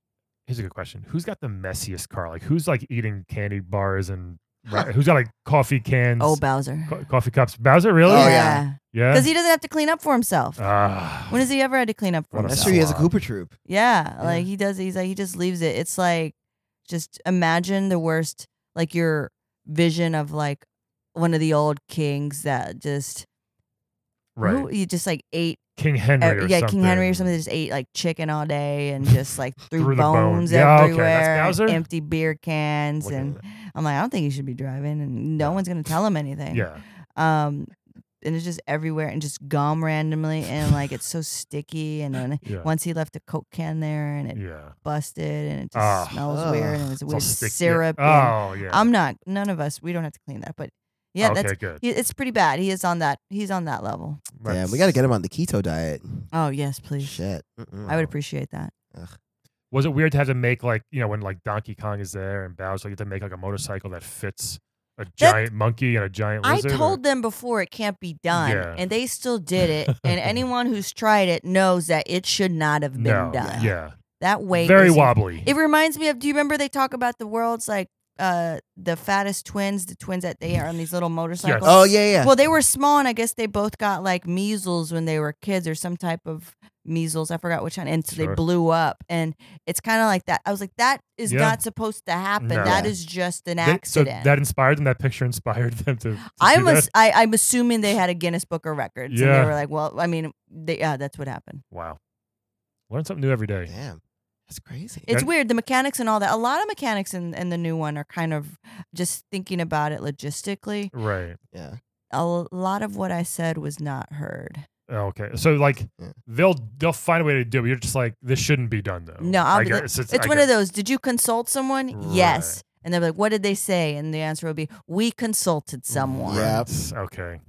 Speaker 1: Here's a good question: Who's got the messiest car? Like, who's like eating candy bars and ra- who's got like coffee cans,
Speaker 5: Oh, Bowser.
Speaker 1: co- coffee cups? Bowser, really?
Speaker 3: Oh, yeah.
Speaker 1: Yeah.
Speaker 5: Because he doesn't have to clean up for himself.
Speaker 1: Ah.
Speaker 5: when has he ever had to clean up for
Speaker 1: What a
Speaker 3: That's
Speaker 5: himself?
Speaker 3: true. He has a
Speaker 1: Salon.
Speaker 3: Cooper troop.
Speaker 5: Yeah,
Speaker 3: Yeah.
Speaker 5: like he does. He's like he just leaves it. It's like just imagine the worst, like your vision of like one of the old kings that just
Speaker 1: right.
Speaker 5: who, he just like ate
Speaker 1: King Henry.
Speaker 5: uh,
Speaker 1: or
Speaker 5: yeah
Speaker 1: something.
Speaker 5: King Henry or something that just ate like chicken all day and just like threw,
Speaker 1: Threw the bone.
Speaker 5: bones
Speaker 1: Yeah, okay, that's
Speaker 5: everywhere, and
Speaker 1: Bowser?
Speaker 5: empty beer cans,
Speaker 1: Look at
Speaker 5: and
Speaker 1: that.
Speaker 5: I'm like I don't think he should be driving, and no
Speaker 1: Yeah.
Speaker 5: one's gonna tell him anything.
Speaker 1: Yeah.
Speaker 5: Um, and it's just everywhere, and just gum randomly, and like it's so sticky, and then.
Speaker 1: Yeah.
Speaker 5: Once he left a Coke can there and it
Speaker 1: yeah.
Speaker 5: busted and it just
Speaker 1: Ah.
Speaker 5: smells
Speaker 3: Ugh.
Speaker 5: weird and it's
Speaker 1: It's all
Speaker 5: weird
Speaker 1: sticky.
Speaker 5: syrup. and-
Speaker 1: Oh yeah.
Speaker 5: I'm not. None of us. We don't have to clean that. But yeah,
Speaker 1: okay,
Speaker 5: that's
Speaker 1: good.
Speaker 5: he, it's pretty bad. He is on that. He's on that level.
Speaker 3: Yeah,
Speaker 1: That's-
Speaker 3: we got to get him on the keto diet.
Speaker 5: Oh yes, please.
Speaker 3: Shit. Mm-mm.
Speaker 5: I would appreciate that.
Speaker 1: Was it weird to have to make like you know when like Donkey Kong is there and Bowser, you have to make like a motorcycle that fits a giant monkey and a giant
Speaker 5: I
Speaker 1: lizard? or-
Speaker 5: told them before it can't be done,
Speaker 1: Yeah.
Speaker 5: and they still did it. and anyone who's tried it knows that it should not have been
Speaker 1: no.
Speaker 5: done.
Speaker 1: Yeah.
Speaker 5: That weight
Speaker 1: Very
Speaker 5: is-
Speaker 1: wobbly.
Speaker 5: It reminds me of. Do you remember they talk about the world's like uh the fattest twins, the twins that they are on these little motorcycles?
Speaker 3: Oh, yeah, yeah.
Speaker 5: Well, they were small, and I guess they both got like measles when they were kids or some type of measles. I forgot which one. And so they
Speaker 1: Sure.
Speaker 5: blew up. And it's kind of like that. I was like, that is
Speaker 1: Yeah.
Speaker 5: not supposed to happen.
Speaker 1: No.
Speaker 5: That is just an
Speaker 1: They- so
Speaker 5: accident.
Speaker 1: that inspired them. That picture inspired them to. to
Speaker 5: I'm,
Speaker 1: do that?
Speaker 5: ass- I, I'm assuming they had a Guinness Book of Records. And
Speaker 1: Yeah.
Speaker 5: they were like, well, I mean, they, yeah, that's what happened.
Speaker 1: Wow. Learn something new every day.
Speaker 3: Damn. That's crazy.
Speaker 5: It's
Speaker 1: That-
Speaker 5: weird. The mechanics and all that. A lot of mechanics in, in the new one are kind of just thinking about it logistically.
Speaker 1: Right.
Speaker 3: yeah.
Speaker 5: A lot of what I said was not heard.
Speaker 1: Okay. So like
Speaker 3: Yeah.
Speaker 1: they'll they'll find a way to do it. You're just like this shouldn't be done though.
Speaker 5: No, I'll
Speaker 1: I
Speaker 5: be
Speaker 1: guess
Speaker 5: like-
Speaker 1: it's,
Speaker 5: It's
Speaker 1: I
Speaker 5: one
Speaker 1: guess-
Speaker 5: of those. Did you consult someone?
Speaker 1: Right.
Speaker 5: Yes. And they're like, what did they say? And the answer would be, we
Speaker 3: Mm,
Speaker 5: consulted someone.
Speaker 3: Yep.
Speaker 1: Right. Okay.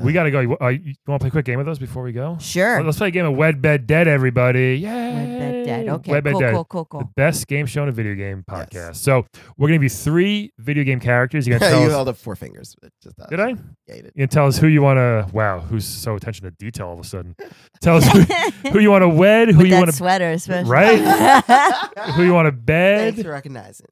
Speaker 1: we gotta go. You, uh, you want to play a quick game with us before we go?
Speaker 5: Sure.
Speaker 1: Let's play a game of Wed Bed Dead, everybody. Yeah.
Speaker 5: Red Bed Dead. Okay.
Speaker 1: Wed Bed
Speaker 5: cool,
Speaker 1: Dead.
Speaker 5: cool, cool,
Speaker 1: The
Speaker 5: cool.
Speaker 1: best game show in a video game
Speaker 3: Yes.
Speaker 1: podcast. So we're gonna be three video game characters. You're
Speaker 3: you
Speaker 1: gonna tell us.
Speaker 3: held up four fingers. but Just thought-
Speaker 1: Did I?
Speaker 3: Yeah, you did.
Speaker 1: You can tell us who you want to. Wow, who's so attention to detail all of a sudden? Tell us who, who you want to wed, who
Speaker 5: With
Speaker 1: you
Speaker 5: that
Speaker 1: want to,
Speaker 5: sweater, especially.
Speaker 1: Right? who you want to
Speaker 3: Thanks
Speaker 1: bed,
Speaker 3: for recognizing.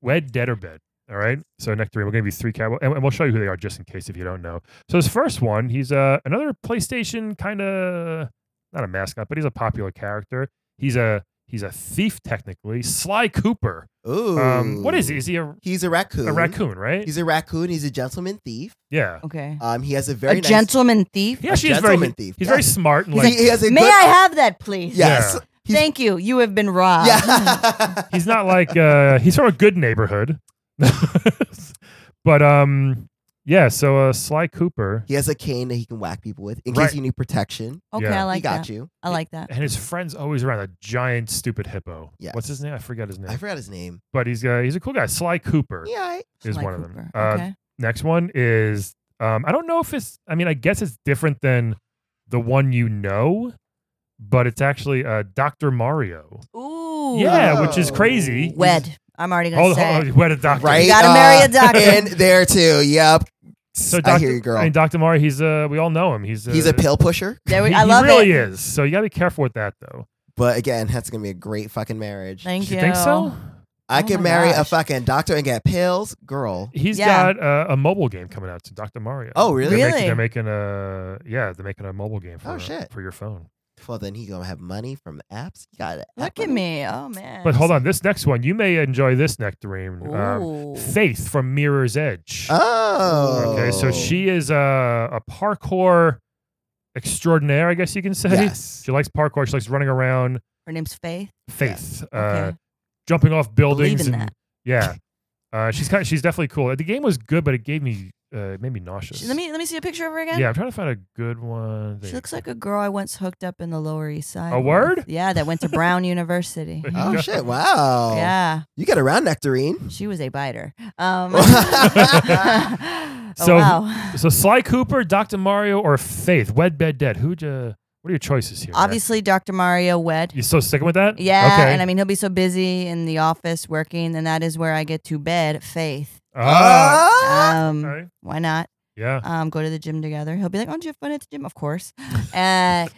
Speaker 1: wed, dead or bed. All right. So next three, we're gonna be three cowboy, and, and we'll show you who they are just in case if you don't know. So this first one, he's uh, another PlayStation kind of not a mascot, but he's a popular character. He's a he's a thief technically. Sly Cooper.
Speaker 3: Ooh.
Speaker 1: Um, what is he? Is he a,
Speaker 3: He's a raccoon.
Speaker 1: a raccoon? Right?
Speaker 3: He's a raccoon. He's a gentleman thief.
Speaker 1: yeah.
Speaker 5: okay.
Speaker 3: Um, he has a
Speaker 5: A
Speaker 3: very nice.
Speaker 5: gentleman thief?
Speaker 1: He
Speaker 3: a
Speaker 1: actually is very.
Speaker 3: gentleman thief.
Speaker 1: He's very
Speaker 3: Yes.
Speaker 1: smart and
Speaker 3: He's
Speaker 1: like
Speaker 3: a- he has a
Speaker 5: May
Speaker 3: good-
Speaker 5: I have Ah. that, please?
Speaker 3: Yes.
Speaker 1: Yeah.
Speaker 3: he's-
Speaker 5: Thank you. You have been robbed. Hmm.
Speaker 3: Yeah.
Speaker 1: he's not like uh he's from a good neighborhood but um yeah so uh sly cooper
Speaker 3: he has a cane that he can whack people with in
Speaker 1: Right.
Speaker 3: case you need protection.
Speaker 5: Okay,
Speaker 1: Yeah.
Speaker 5: I
Speaker 3: he
Speaker 5: like
Speaker 3: got
Speaker 5: that.
Speaker 3: you.
Speaker 5: I like that.
Speaker 1: and his friends always around a giant stupid hippo
Speaker 3: Yes.
Speaker 1: what's his name i forgot his name
Speaker 3: I forgot his name.
Speaker 1: but he's uh, he's a cool guy sly cooper
Speaker 3: Yeah. I-
Speaker 1: is
Speaker 5: Sly
Speaker 1: one of them
Speaker 5: Cooper.
Speaker 1: uh,
Speaker 5: okay.
Speaker 1: next one is um i don't know if it's i mean i guess it's different than the one you know but it's actually uh dr mario
Speaker 5: Ooh.
Speaker 1: yeah which is crazy
Speaker 5: Wed. I'm already going
Speaker 1: hold
Speaker 5: to say.
Speaker 1: on wed a doctor
Speaker 3: Right.
Speaker 5: gotta marry a
Speaker 3: uh,
Speaker 5: doctor.
Speaker 3: And there too. Yep.
Speaker 1: So
Speaker 3: I
Speaker 1: Dr.
Speaker 3: hear you, girl.
Speaker 1: And Dr. Mario, he's uh, we all know him. He's uh,
Speaker 3: He's a pill pusher,
Speaker 5: There we,
Speaker 1: he,
Speaker 5: I
Speaker 1: he
Speaker 5: love
Speaker 1: really
Speaker 5: it.
Speaker 1: is. So you got to be careful with that, though.
Speaker 3: but again, that's gonna be a great fucking marriage.
Speaker 5: Thank
Speaker 1: Do
Speaker 5: you.
Speaker 1: you think so?
Speaker 3: I
Speaker 5: Oh
Speaker 3: could
Speaker 5: my
Speaker 3: marry a
Speaker 5: gosh.
Speaker 3: fucking doctor and get pills, girl.
Speaker 1: He's
Speaker 5: Yeah.
Speaker 1: got uh, a mobile game coming out to Dr. Mario.
Speaker 3: Oh, really?
Speaker 1: They're making,
Speaker 5: Really?
Speaker 1: they're making a yeah, they're making a mobile game for
Speaker 3: Oh, shit.
Speaker 1: for your phone.
Speaker 3: Well, then he gonna have money from the apps. You got it.
Speaker 5: Look at me. Oh man.
Speaker 1: But hold on, this next one you may enjoy this nectarine. Um,
Speaker 5: Ooh.
Speaker 1: Faith from Mirror's Edge.
Speaker 3: Oh.
Speaker 1: Okay, so she is a, a parkour extraordinaire, I guess you can say.
Speaker 3: Yes.
Speaker 1: She likes parkour. She likes running around.
Speaker 5: Her name's Faith.
Speaker 1: Faith, uh,
Speaker 5: Okay.
Speaker 1: jumping off
Speaker 5: Believe
Speaker 1: buildings.
Speaker 5: in
Speaker 1: and-
Speaker 5: that.
Speaker 1: Yeah, uh, she's kind. She's definitely cool. The game was good, but it gave me uh, it made me nauseous.
Speaker 5: She- let me let me see a picture of her again.
Speaker 1: Yeah, I'm trying to find a good one.
Speaker 5: She
Speaker 1: There.
Speaker 5: looks like a girl I once hooked up in the Lower East Side.
Speaker 1: A
Speaker 5: with.
Speaker 1: word?
Speaker 5: Yeah, that went to Brown University.
Speaker 1: There you
Speaker 3: Oh
Speaker 1: go.
Speaker 3: shit! Wow.
Speaker 5: Yeah,
Speaker 3: You get around nectarine.
Speaker 5: she was a biter. Um,
Speaker 1: So-
Speaker 5: so, wow.
Speaker 1: So Sly Cooper, Doctor Mario, or Faith, Wed Bed Dead. Who'd you? What are your choices here? Matt?
Speaker 5: Obviously, Dr. Mario wed.
Speaker 1: You still sticking with that?
Speaker 5: Yeah,
Speaker 1: Okay.
Speaker 5: and I mean he'll be so busy in the office working, and that is where I get to bed. Faith.
Speaker 1: Ah,
Speaker 5: Um,
Speaker 1: okay.
Speaker 5: Why not?
Speaker 1: Yeah.
Speaker 5: Um, go to the gym together. He'll be like, "Oh, did you have fun at the gym?" Of course. Uh,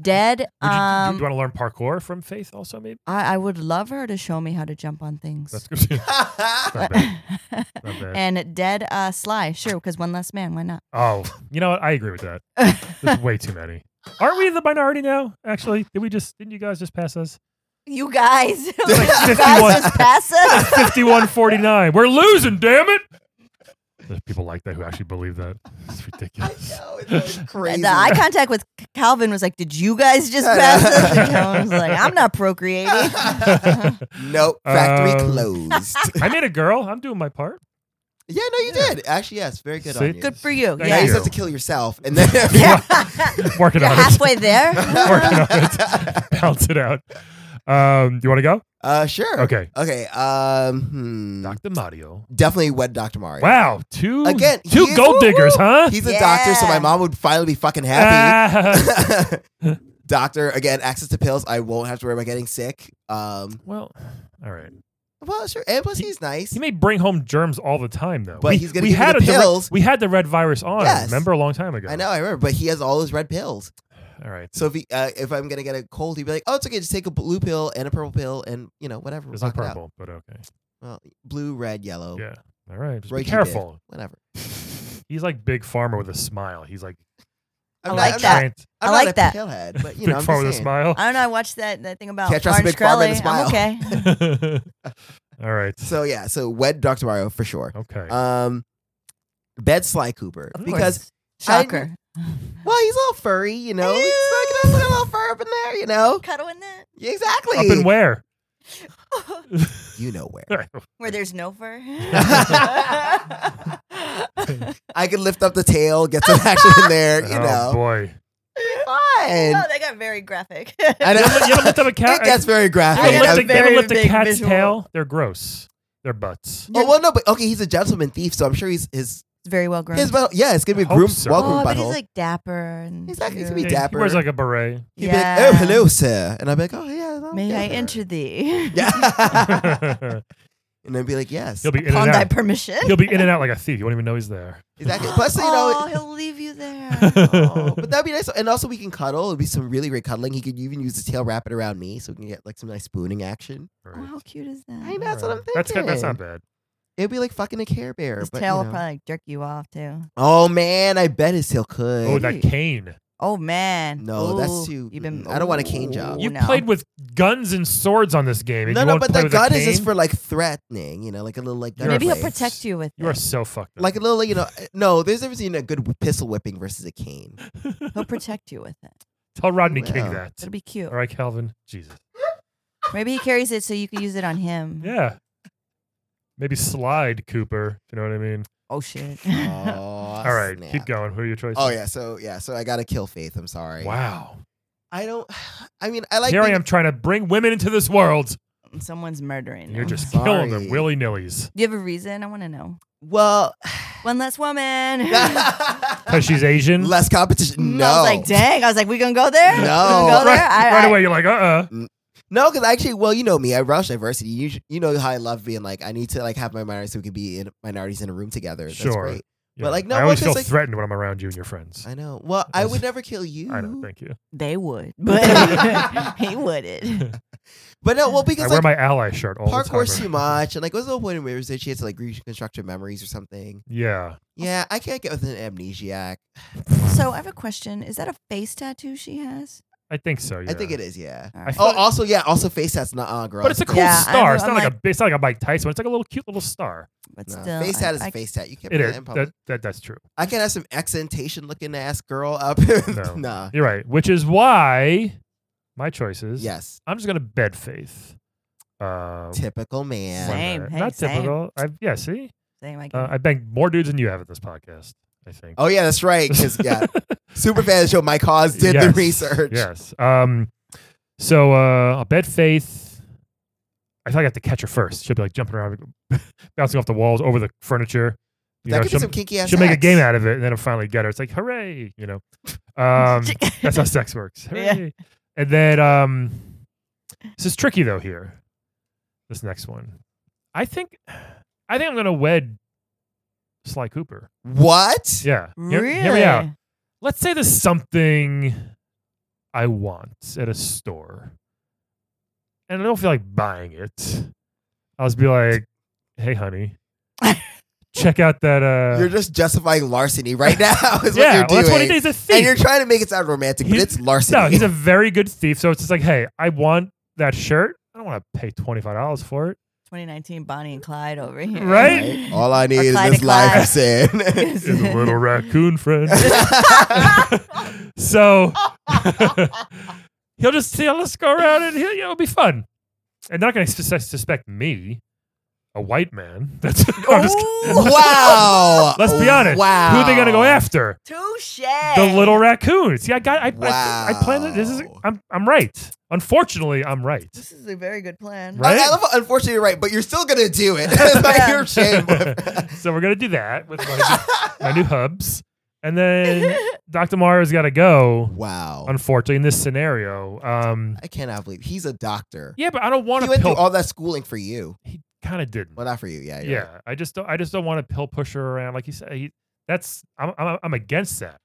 Speaker 5: dead.
Speaker 1: Would you,
Speaker 5: Um,
Speaker 1: do you want to learn parkour from Faith also? Maybe
Speaker 5: I, I would love her to show me how to jump on things.
Speaker 1: that's good.
Speaker 5: Ah.
Speaker 1: Not bad. Not bad.
Speaker 5: and dead uh, Sly, sure, because one less man. Why not?
Speaker 1: Oh, you know what? I agree with that. There's way too many. Aren't we the minority now? Actually, did we just? Didn't you guys just pass us?
Speaker 5: you guys, you guys
Speaker 1: 51.
Speaker 5: just pass us.
Speaker 1: Fifty-one forty-nine. We're losing, damn it! There's people like that who actually believe that. It's ridiculous.
Speaker 3: know, it's like crazy.
Speaker 5: The uh, eye contact with C- Calvin was like, "Did you guys just pass us?" And Calvin was like, "I'm not procreating."
Speaker 3: nope. Factory
Speaker 1: Um,
Speaker 3: closed.
Speaker 1: I made a girl. I'm doing my part.
Speaker 3: yeah, no, you
Speaker 1: Yeah.
Speaker 3: did. Actually, yes. Very good
Speaker 1: See?
Speaker 3: on you.
Speaker 5: Good for you.
Speaker 1: Thank
Speaker 3: Now you
Speaker 5: yeah.
Speaker 3: just have to kill yourself, and then
Speaker 5: Yeah.
Speaker 1: Working
Speaker 5: You're
Speaker 1: on
Speaker 5: halfway there.
Speaker 1: it. Working on it. Balance it out. Um, you want to go?
Speaker 3: uh, sure.
Speaker 1: Okay.
Speaker 3: Okay. Um. hmm.
Speaker 1: Doctor Mario.
Speaker 3: Definitely wed Dr. Mario.
Speaker 1: Wow, two
Speaker 3: Again,
Speaker 1: two
Speaker 3: he is-
Speaker 1: gold diggers, huh?
Speaker 3: He's a doctor, so
Speaker 5: Yeah.
Speaker 3: my mom would finally be fucking happy.
Speaker 1: Ah.
Speaker 3: doctor, again, access to pills. I won't have to worry about getting sick. Um.
Speaker 1: well, all right.
Speaker 3: Well, sure. And plus,
Speaker 1: He-
Speaker 3: he's nice.
Speaker 1: He may bring home germs all the time, though.
Speaker 3: But
Speaker 1: we,
Speaker 3: he's gonna
Speaker 1: we
Speaker 3: give you
Speaker 1: had
Speaker 3: the
Speaker 1: a direct-
Speaker 3: pills.
Speaker 1: we had the red virus on.
Speaker 3: Yes.
Speaker 1: Remember a long time ago.
Speaker 3: I know, I remember, but he has all his red pills.
Speaker 1: All right.
Speaker 3: So if he, uh, if I'm gonna get a cold, he'd be like, "Oh, it's okay. Just take a blue pill and a purple pill, and you know, whatever.
Speaker 1: It's
Speaker 3: we'll
Speaker 1: not
Speaker 3: knock it out."
Speaker 1: purple, but okay.
Speaker 3: Well, blue, red, yellow.
Speaker 1: Yeah. All right. Just
Speaker 3: Right,
Speaker 1: be
Speaker 3: you did.
Speaker 1: careful.
Speaker 3: whatever.
Speaker 1: He's like Big Farmer with a smile. He's like
Speaker 3: I'm
Speaker 5: I
Speaker 3: not-
Speaker 5: like
Speaker 3: I'm
Speaker 5: that.
Speaker 3: Not,
Speaker 1: giant
Speaker 3: I'm
Speaker 5: I
Speaker 3: not
Speaker 5: like
Speaker 3: a
Speaker 5: that.
Speaker 3: pillhead, but you
Speaker 1: Big
Speaker 3: know, I'm
Speaker 1: Farmer with
Speaker 3: just
Speaker 1: a
Speaker 3: saying.
Speaker 1: smile.
Speaker 5: I don't know. I watched that that thing about
Speaker 3: Can't trust a
Speaker 5: Orange
Speaker 3: big farmer
Speaker 5: Crowley.
Speaker 3: with a
Speaker 5: I'm okay.
Speaker 1: all right.
Speaker 3: So yeah, so wed Dr. Mario for sure.
Speaker 1: Okay.
Speaker 3: Um, bed Sly Cooper
Speaker 5: Of
Speaker 3: because
Speaker 5: course. shocker,
Speaker 3: well, he's all furry, you know. He's like, "That's a little fur up in there, you know.
Speaker 5: cuddle in that
Speaker 3: Yeah, Exactly.
Speaker 1: Up and where?
Speaker 3: you know where.
Speaker 5: where there's no fur.
Speaker 3: I could lift up the tail, get some action in there, you
Speaker 1: oh
Speaker 3: know.
Speaker 1: boy.
Speaker 5: oh,
Speaker 3: Fine.
Speaker 5: they got very graphic.
Speaker 3: I
Speaker 1: You ever, you ever
Speaker 3: know.
Speaker 1: lift up a cat?
Speaker 3: It gets very
Speaker 1: you ever
Speaker 3: graphic.
Speaker 5: I got
Speaker 1: lift
Speaker 5: a
Speaker 1: a, you ever
Speaker 5: very
Speaker 1: lift a
Speaker 5: big
Speaker 1: cat's
Speaker 5: visual.
Speaker 1: tail? They're gross. They're butts.
Speaker 3: Oh well, no, but okay, he's a gentleman thief, so I'm sure he's his
Speaker 5: It's very well grown.
Speaker 3: his well, yeah, it's gonna be
Speaker 1: I hope
Speaker 3: groom,
Speaker 1: so.
Speaker 3: well
Speaker 5: oh,
Speaker 3: groomed
Speaker 5: but
Speaker 3: butthole.
Speaker 5: he's like dapper and
Speaker 3: Exactly, he's gonna be
Speaker 5: cute.
Speaker 1: he
Speaker 3: dapper.
Speaker 1: wears like a beret.
Speaker 3: He'd be like, "Oh, hello, sir," and I'd be like, "Oh, yeah, I'll
Speaker 5: May
Speaker 3: get
Speaker 5: I
Speaker 3: her."
Speaker 5: enter thee?
Speaker 3: Yeah, and I'd be like, "Yes."
Speaker 1: he'll be in
Speaker 5: Upon
Speaker 1: and
Speaker 5: thy
Speaker 1: out.
Speaker 5: permission.
Speaker 1: He'll be in and out like a thief. You won't even know he's there.
Speaker 3: exactly. Plus, you
Speaker 5: oh,
Speaker 3: know,
Speaker 5: he'll leave you there.
Speaker 3: oh, but that'd be nice. And also, we can cuddle. It'd be some really great cuddling. He could even use his tail, wrap it around me, so we can get like some nice spooning action.
Speaker 5: Oh, how cute is that?
Speaker 3: I know that's what I'm thinking.
Speaker 1: That's good. That's not bad.
Speaker 3: It'd be like fucking a Care Bear.
Speaker 5: His
Speaker 3: but,
Speaker 5: tail
Speaker 3: you
Speaker 5: will
Speaker 3: know.
Speaker 5: probably like, jerk you off too.
Speaker 3: Oh man, I bet his tail could.
Speaker 1: Oh, that
Speaker 5: Hey.
Speaker 1: cane.
Speaker 5: Oh man.
Speaker 3: No,
Speaker 5: Ooh,
Speaker 3: that's too-
Speaker 5: You've been,
Speaker 3: mm, I don't want a cane job.
Speaker 5: Ooh,
Speaker 1: You
Speaker 5: no.
Speaker 1: played with guns and swords on this game. and
Speaker 3: no,
Speaker 1: you
Speaker 3: no,
Speaker 1: won't
Speaker 3: but
Speaker 1: play
Speaker 3: the
Speaker 1: with a
Speaker 3: gun is just
Speaker 1: cane?
Speaker 3: for like threatening, you know, like a little like.
Speaker 1: You're
Speaker 5: Maybe
Speaker 1: a
Speaker 5: he'll
Speaker 1: face.
Speaker 5: protect you with
Speaker 1: You are
Speaker 5: it.
Speaker 1: so fucked up.
Speaker 3: like a little, you know, uh, no, there's a difference between a good wh- pistol whipping versus a cane.
Speaker 5: He'll protect you with it.
Speaker 1: Tell Rodney King
Speaker 3: Well,
Speaker 1: that.
Speaker 5: It'll be cute.
Speaker 1: All right, Calvin. Jesus.
Speaker 5: Maybe he carries it so you can use it on him.
Speaker 1: Yeah. Maybe slide Cooper. If you know what I mean.
Speaker 5: Oh shit.
Speaker 1: Um, All right, keep going. Who are your choices?
Speaker 3: Oh yeah, so yeah, so I gotta kill Faith. I'm sorry.
Speaker 1: Wow.
Speaker 3: I don't. I mean, I like.
Speaker 1: Here I
Speaker 3: being-
Speaker 1: am trying to bring women into this world.
Speaker 5: Someone's murdering.
Speaker 1: And you're
Speaker 5: him.
Speaker 1: just
Speaker 3: Sorry.
Speaker 1: killing them willy nillies.
Speaker 5: Do you have a reason? I want to know.
Speaker 3: Well,
Speaker 5: One less woman.
Speaker 1: Because she's Asian?
Speaker 3: less competition. No,
Speaker 5: I was like, dang. I was like, we gonna go there? We
Speaker 3: No.
Speaker 5: gonna go
Speaker 1: right,
Speaker 5: there? I-
Speaker 1: right
Speaker 5: I-
Speaker 1: away, you're like, uh uh
Speaker 3: no, because actually, well, you know me. I rush diversity. You sh- you know how I love being like. I need to like have my minorities so we can be in minorities in a room together. That's
Speaker 1: Sure.
Speaker 3: great.
Speaker 1: Yeah.
Speaker 3: But, like, no,
Speaker 1: I always
Speaker 3: because,
Speaker 1: feel
Speaker 3: like-
Speaker 1: threatened when I'm around you and your friends.
Speaker 3: I know. Well, I would never kill you.
Speaker 1: I know. Thank you.
Speaker 5: They would, but he wouldn't.
Speaker 3: But no, well,
Speaker 1: I
Speaker 3: because
Speaker 1: wear
Speaker 3: like
Speaker 1: my ally shirt all the time.
Speaker 3: parkour too much, and like, what's the point of where she had to like reconstruct her memories or something?
Speaker 1: Yeah.
Speaker 3: Yeah, I can't get with an amnesiac.
Speaker 5: So I have a question: Is that a face tattoo she has?
Speaker 1: I think so. Yeah.
Speaker 3: I think it is. Yeah.
Speaker 5: All
Speaker 1: I
Speaker 5: right.
Speaker 1: feel
Speaker 3: Oh,
Speaker 1: like-
Speaker 3: also, yeah. Also, face tats, not on girl.
Speaker 1: but it's a cool
Speaker 5: Yeah, I
Speaker 1: star.
Speaker 5: know,
Speaker 1: It's not
Speaker 5: I'm
Speaker 1: like, a it's not like a Mike Tyson. It's like a little cute little star.
Speaker 5: but
Speaker 3: No,
Speaker 5: still,
Speaker 3: face
Speaker 5: I-
Speaker 3: tat is
Speaker 5: I-
Speaker 3: a face tat. You can't
Speaker 1: It
Speaker 3: put
Speaker 1: is.
Speaker 3: that in public.
Speaker 1: That, that that's true.
Speaker 3: I can have some accentation looking ass girl up.
Speaker 1: No.
Speaker 3: nah.
Speaker 1: You're right. Which is why my choices.
Speaker 3: Yes.
Speaker 1: I'm just gonna bed faith. Um,
Speaker 3: Typical man.
Speaker 5: Same.
Speaker 1: one night.
Speaker 5: Hey,
Speaker 1: Not
Speaker 5: same.
Speaker 1: typical. I've, yeah. See,
Speaker 5: Same, I
Speaker 1: uh,
Speaker 5: guess.
Speaker 1: I banged more dudes than you have at this podcast. I think.
Speaker 3: Oh yeah, that's right. Because yeah, Superfan show my cause did the
Speaker 1: Yes.
Speaker 3: research.
Speaker 1: Yes. Um. So uh, I'll bet faith. I feel like I have to catch her first. She'll be like jumping around, bouncing off the walls, over the furniture. You
Speaker 3: That
Speaker 1: know,
Speaker 3: could be
Speaker 1: she'll,
Speaker 3: some kinky ass.
Speaker 1: she'll make a
Speaker 3: sex.
Speaker 1: game out of it, and then I'll finally get her. It's like hooray, you know. Um, that's how sex works.
Speaker 5: Yeah.
Speaker 1: Hooray. And then um, this is tricky though. Here, this next one. I think, I think I'm gonna wed Sly Cooper.
Speaker 3: What?
Speaker 1: Yeah. Hear-
Speaker 5: really?
Speaker 1: Hear me out let's say there's something I want at a store, and I don't feel like buying it. I'll just be like, "Hey, honey, check out that." uh
Speaker 3: You're just justifying larceny right now. Is
Speaker 1: Yeah, well,
Speaker 3: what you're
Speaker 1: that's
Speaker 3: doing.
Speaker 1: what he did. He's a
Speaker 3: And you're
Speaker 1: thief.
Speaker 3: trying to make it sound romantic, but
Speaker 1: He's-
Speaker 3: it's larceny.
Speaker 1: No, he's a very good thief. So it's just like, "Hey, I want that shirt. I don't want to pay twenty five dollars for it."
Speaker 5: 2019 Bonnie and Clyde over here.
Speaker 1: Right?
Speaker 3: All I need is
Speaker 5: Clyde
Speaker 3: this
Speaker 5: to
Speaker 3: life
Speaker 5: Clyde.
Speaker 3: of sin.
Speaker 5: Yes.
Speaker 1: He's a little raccoon friend. so he'll just he'll just go around and he'll, it'll be fun. And they're not going to sus- suspect me, a white man. That's I'm just kidding.
Speaker 3: wow.
Speaker 1: Let's be honest.
Speaker 3: Wow.
Speaker 1: Who are they going to go after?
Speaker 5: Touche.
Speaker 1: The little raccoons. See, I got. I, I, I planned it. This is.
Speaker 3: Wow.
Speaker 1: I'm. I'm right. Unfortunately, I'm right.
Speaker 5: This is a very good plan.
Speaker 1: Right?
Speaker 3: I, I love how unfortunately you're right, but you're still gonna do it. it's not
Speaker 5: Yeah.
Speaker 3: your shame.
Speaker 1: so we're gonna do that with my new, my new hubs, and then Dr. Mario's got to go.
Speaker 3: wow.
Speaker 1: Unfortunately, in this scenario, um,
Speaker 3: I cannot believe he's a doctor.
Speaker 1: yeah, but I don't want
Speaker 3: He
Speaker 1: to
Speaker 3: went
Speaker 1: pill.
Speaker 3: through all that schooling for you.
Speaker 1: he kind of didn't.
Speaker 3: Well, not for you. Yeah.
Speaker 1: yeah,
Speaker 3: you're right.
Speaker 1: I just don't. I just don't want to pill push her around. Like you said, he, that's. I'm, I'm. I'm against that.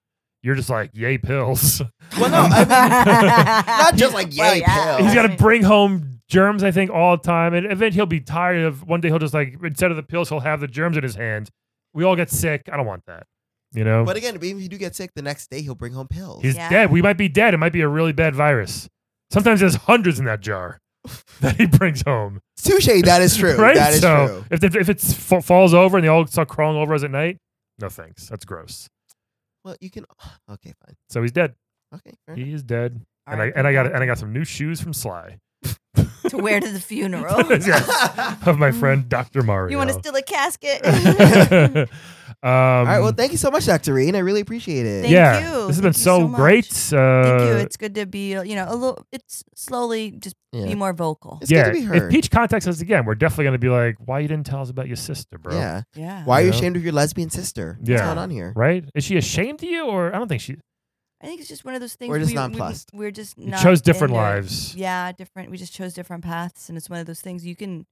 Speaker 1: You're just like yay pills.
Speaker 3: Well, no, I Not just like
Speaker 5: Well,
Speaker 3: yay
Speaker 5: yeah.
Speaker 3: pills.
Speaker 1: He's got to
Speaker 5: Right.
Speaker 1: bring home germs, I think, all the time. And eventually he'll be tired of one day he'll just like, instead of the pills, he'll have the germs in his hand. We all get sick. I don't want that. You know?
Speaker 3: But again, even if you do get sick, the next day he'll bring home pills.
Speaker 1: He's
Speaker 5: Yeah.
Speaker 1: dead. We might be dead. It might be a really bad virus. Sometimes there's hundreds in that jar that he brings home.
Speaker 3: Touche. That is true.
Speaker 1: right?
Speaker 3: That is
Speaker 1: so
Speaker 3: true.
Speaker 1: if, if, if it f- falls over and they all start crawling over us at night, no thanks. That's gross.
Speaker 3: Well, you can. Okay, fine.
Speaker 1: So he's dead.
Speaker 3: Okay. fair enough.
Speaker 1: He is dead. And I, and I got and I got some new shoes from Sly
Speaker 5: to wear to the funeral.
Speaker 1: Yes. of my friend Dr. Mario.
Speaker 5: Mm-hmm. you want to steal a casket?
Speaker 1: um,
Speaker 3: All right. Well, thank you so much, Dr. Reen. I really appreciate it.
Speaker 5: Thank
Speaker 1: yeah,
Speaker 5: you.
Speaker 1: this has
Speaker 5: Thank
Speaker 1: been
Speaker 5: you
Speaker 1: so,
Speaker 5: so much.
Speaker 1: great. Uh,
Speaker 5: Thank you. It's good to be, you know, a little. It's slowly just
Speaker 3: Yeah.
Speaker 5: be more vocal.
Speaker 3: It's
Speaker 1: yeah,
Speaker 3: good to be
Speaker 1: if
Speaker 3: heard.
Speaker 1: Peach contacts us again, we're definitely going to be like, "Why you didn't tell us about your sister, bro?
Speaker 3: Yeah.
Speaker 5: Yeah.
Speaker 3: Why are you
Speaker 1: Yeah.
Speaker 3: ashamed of your lesbian sister? What's
Speaker 1: Yeah.
Speaker 3: going on here?
Speaker 1: Right? Is she ashamed of you, or I don't think she
Speaker 5: I think it's just one of those things.
Speaker 3: We're just
Speaker 5: we- we-
Speaker 3: nonplussed.
Speaker 5: We're just
Speaker 1: you
Speaker 5: not
Speaker 1: chose different
Speaker 5: into it.
Speaker 1: lives,
Speaker 5: Yeah, different. We just chose different paths, and it's one of those things you can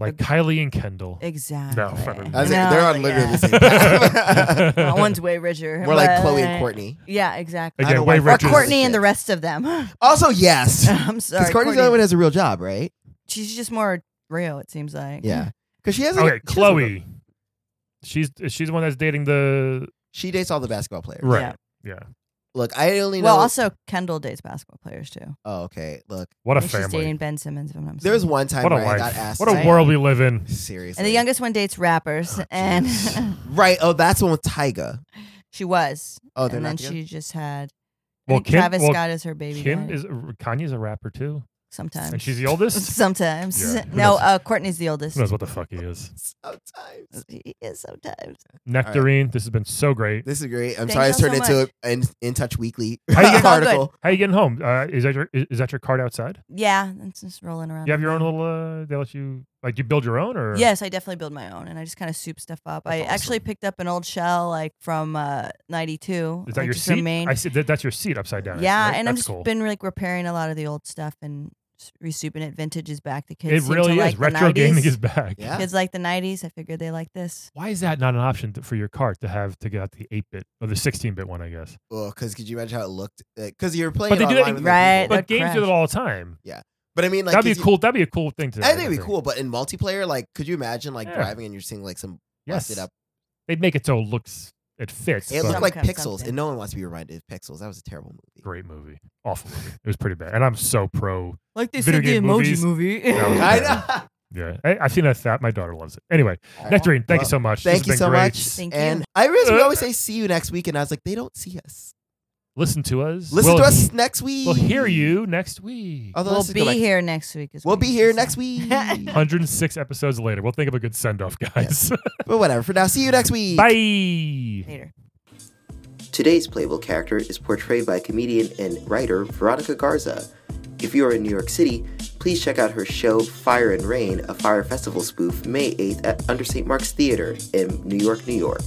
Speaker 1: like Kylie and Kendall.
Speaker 5: exactly.
Speaker 1: No, fucking-
Speaker 3: I was like,
Speaker 5: No,
Speaker 3: they're on literally
Speaker 5: yeah.
Speaker 3: the same path.
Speaker 5: Well, one's way richer.
Speaker 3: We're like
Speaker 5: but-
Speaker 3: Chloe and Courtney.
Speaker 5: Yeah, exactly.
Speaker 3: I
Speaker 1: Again,
Speaker 3: don't
Speaker 1: way
Speaker 3: like-
Speaker 5: Or
Speaker 1: richer. than-
Speaker 3: Richard's-
Speaker 5: Courtney and the rest of them.
Speaker 3: Also, yes.
Speaker 5: I'm sorry.
Speaker 3: Because Courtney's the only one who has a real job, right?
Speaker 5: She's just more real. It seems like.
Speaker 3: Yeah. Because she has a,
Speaker 1: Okay,
Speaker 3: she has a real-
Speaker 1: Chloe. She's she's the one that's dating the
Speaker 3: She dates all the basketball players.
Speaker 1: right.
Speaker 5: Yeah.
Speaker 1: Yeah.
Speaker 3: Look, I only know.
Speaker 5: Well, also Kendall dates basketball players too.
Speaker 3: oh, okay. Look,
Speaker 1: What a
Speaker 5: And She's
Speaker 1: family.
Speaker 5: dating Ben Simmons. If I'm not
Speaker 3: there was
Speaker 5: mistaken.
Speaker 3: one time
Speaker 1: What a
Speaker 3: where I got
Speaker 1: life.
Speaker 3: asked.
Speaker 1: What a
Speaker 5: Right.
Speaker 1: world we live in.
Speaker 3: Seriously.
Speaker 5: and the youngest one dates
Speaker 3: Oh,
Speaker 5: rappers, and
Speaker 3: Right. Oh, that's the one with Tyga.
Speaker 5: she was,
Speaker 3: Oh, they're
Speaker 5: and
Speaker 3: not
Speaker 5: then
Speaker 3: together?
Speaker 5: she just had. I
Speaker 1: Well,
Speaker 5: think
Speaker 1: Kim,
Speaker 5: Travis
Speaker 1: well,
Speaker 5: Scott is her baby.
Speaker 1: Kim
Speaker 5: daddy.
Speaker 1: is uh, Kanye's a rapper too,
Speaker 5: sometimes.
Speaker 1: and she's the oldest.
Speaker 5: sometimes.
Speaker 1: Yeah, who
Speaker 5: No,
Speaker 1: knows?
Speaker 5: uh, Courtney's the oldest.
Speaker 1: Who knows what the fuck he is?
Speaker 3: Sometimes.
Speaker 5: He is sometimes.
Speaker 1: Nectarine, this has been so great.
Speaker 3: This is great. I'm
Speaker 5: Thank
Speaker 3: sorry it's
Speaker 5: y'all
Speaker 3: turned
Speaker 5: so
Speaker 3: into an In Touch Weekly
Speaker 1: How you get-
Speaker 3: article.
Speaker 1: How you getting home? Uh, is that your is is that your card outside?
Speaker 5: Yeah, it's just rolling around.
Speaker 1: You have
Speaker 5: in
Speaker 1: your own
Speaker 5: there.
Speaker 1: little. Uh, they let you like you build your own or
Speaker 5: Um, Yes, I definitely build my own, and I just kind of soup stuff up. I
Speaker 1: That's
Speaker 5: actually picked up an old shell like from uh, '92.
Speaker 1: Is that
Speaker 5: like,
Speaker 1: your
Speaker 5: just from
Speaker 1: seat?
Speaker 5: Maine.
Speaker 1: I see that, that's your seat upside down.
Speaker 5: yeah,
Speaker 1: right?
Speaker 5: and
Speaker 1: that's
Speaker 5: I've just
Speaker 1: cool.
Speaker 5: been like repairing a lot of the old stuff and s- resupping it. Vintage is back. The
Speaker 1: it
Speaker 5: kids seem
Speaker 1: really
Speaker 5: to
Speaker 1: is.
Speaker 5: like
Speaker 1: Retro
Speaker 5: the 90s.
Speaker 1: gaming is back.
Speaker 3: Yeah.
Speaker 5: Kids like the '90s. I figured they like this.
Speaker 1: Why is that not an option to, for your cart to have to get out the 8 bit or the 16 bit one, I guess?
Speaker 3: Well, because could you imagine how it looked? Because you're playing
Speaker 1: But they do that
Speaker 3: online
Speaker 1: in-
Speaker 3: with
Speaker 5: Right,
Speaker 3: other
Speaker 1: But
Speaker 3: people.
Speaker 5: That'd
Speaker 1: games do
Speaker 5: crash.
Speaker 1: that all the time.
Speaker 3: But I mean, like,
Speaker 1: that'd be
Speaker 3: 'cause
Speaker 1: cool. That'd be a cool thing to
Speaker 3: You, I think it'd be cool. But in multiplayer, like, could you imagine like
Speaker 1: Yeah.
Speaker 3: driving and you're seeing like some
Speaker 1: Yes.
Speaker 3: busted up?
Speaker 1: They'd make it so it looks, it fits.
Speaker 3: It
Speaker 1: but-
Speaker 3: looked like
Speaker 5: Some kind of
Speaker 3: pixels,
Speaker 5: something.
Speaker 3: and no one wants to be reminded of pixels. That was a terrible movie.
Speaker 1: Great movie. Awful movie. It was pretty bad. And I'm so pro.
Speaker 5: Like they
Speaker 1: said Video the game Emoji movies.
Speaker 5: movie.
Speaker 1: That was
Speaker 3: I
Speaker 1: bad.
Speaker 3: know.
Speaker 1: Yeah. I, I've seen that, that. My daughter loves it. Anyway, Nectarine, thank you
Speaker 3: Well,
Speaker 1: so Uh. much. This
Speaker 3: Thank
Speaker 1: has
Speaker 3: you
Speaker 1: been
Speaker 3: so
Speaker 1: great.
Speaker 3: much.
Speaker 5: Thank you.
Speaker 3: and I realized we always say see you next week, and I was like, they don't see us.
Speaker 1: Listen to us.
Speaker 3: Listen
Speaker 1: We'll-
Speaker 3: to us next week.
Speaker 1: We'll hear you next week.
Speaker 3: Although
Speaker 5: we'll
Speaker 3: let's go
Speaker 5: be
Speaker 3: back-
Speaker 5: here next week. is
Speaker 3: We'll
Speaker 5: what
Speaker 3: be
Speaker 5: you
Speaker 3: here
Speaker 5: should
Speaker 3: next
Speaker 5: say.
Speaker 3: week.
Speaker 1: 106 episodes later. We'll think of a good send off, guys.
Speaker 3: but whatever. For now, see you next week.
Speaker 1: Bye.
Speaker 5: Later.
Speaker 6: Today's playable character is portrayed by comedian and writer Veronica Garza. If you are in New York City, please check out her show Fire and Rain, a fire festival spoof, May 8th at Under St. Mark's Theater in New York, New York.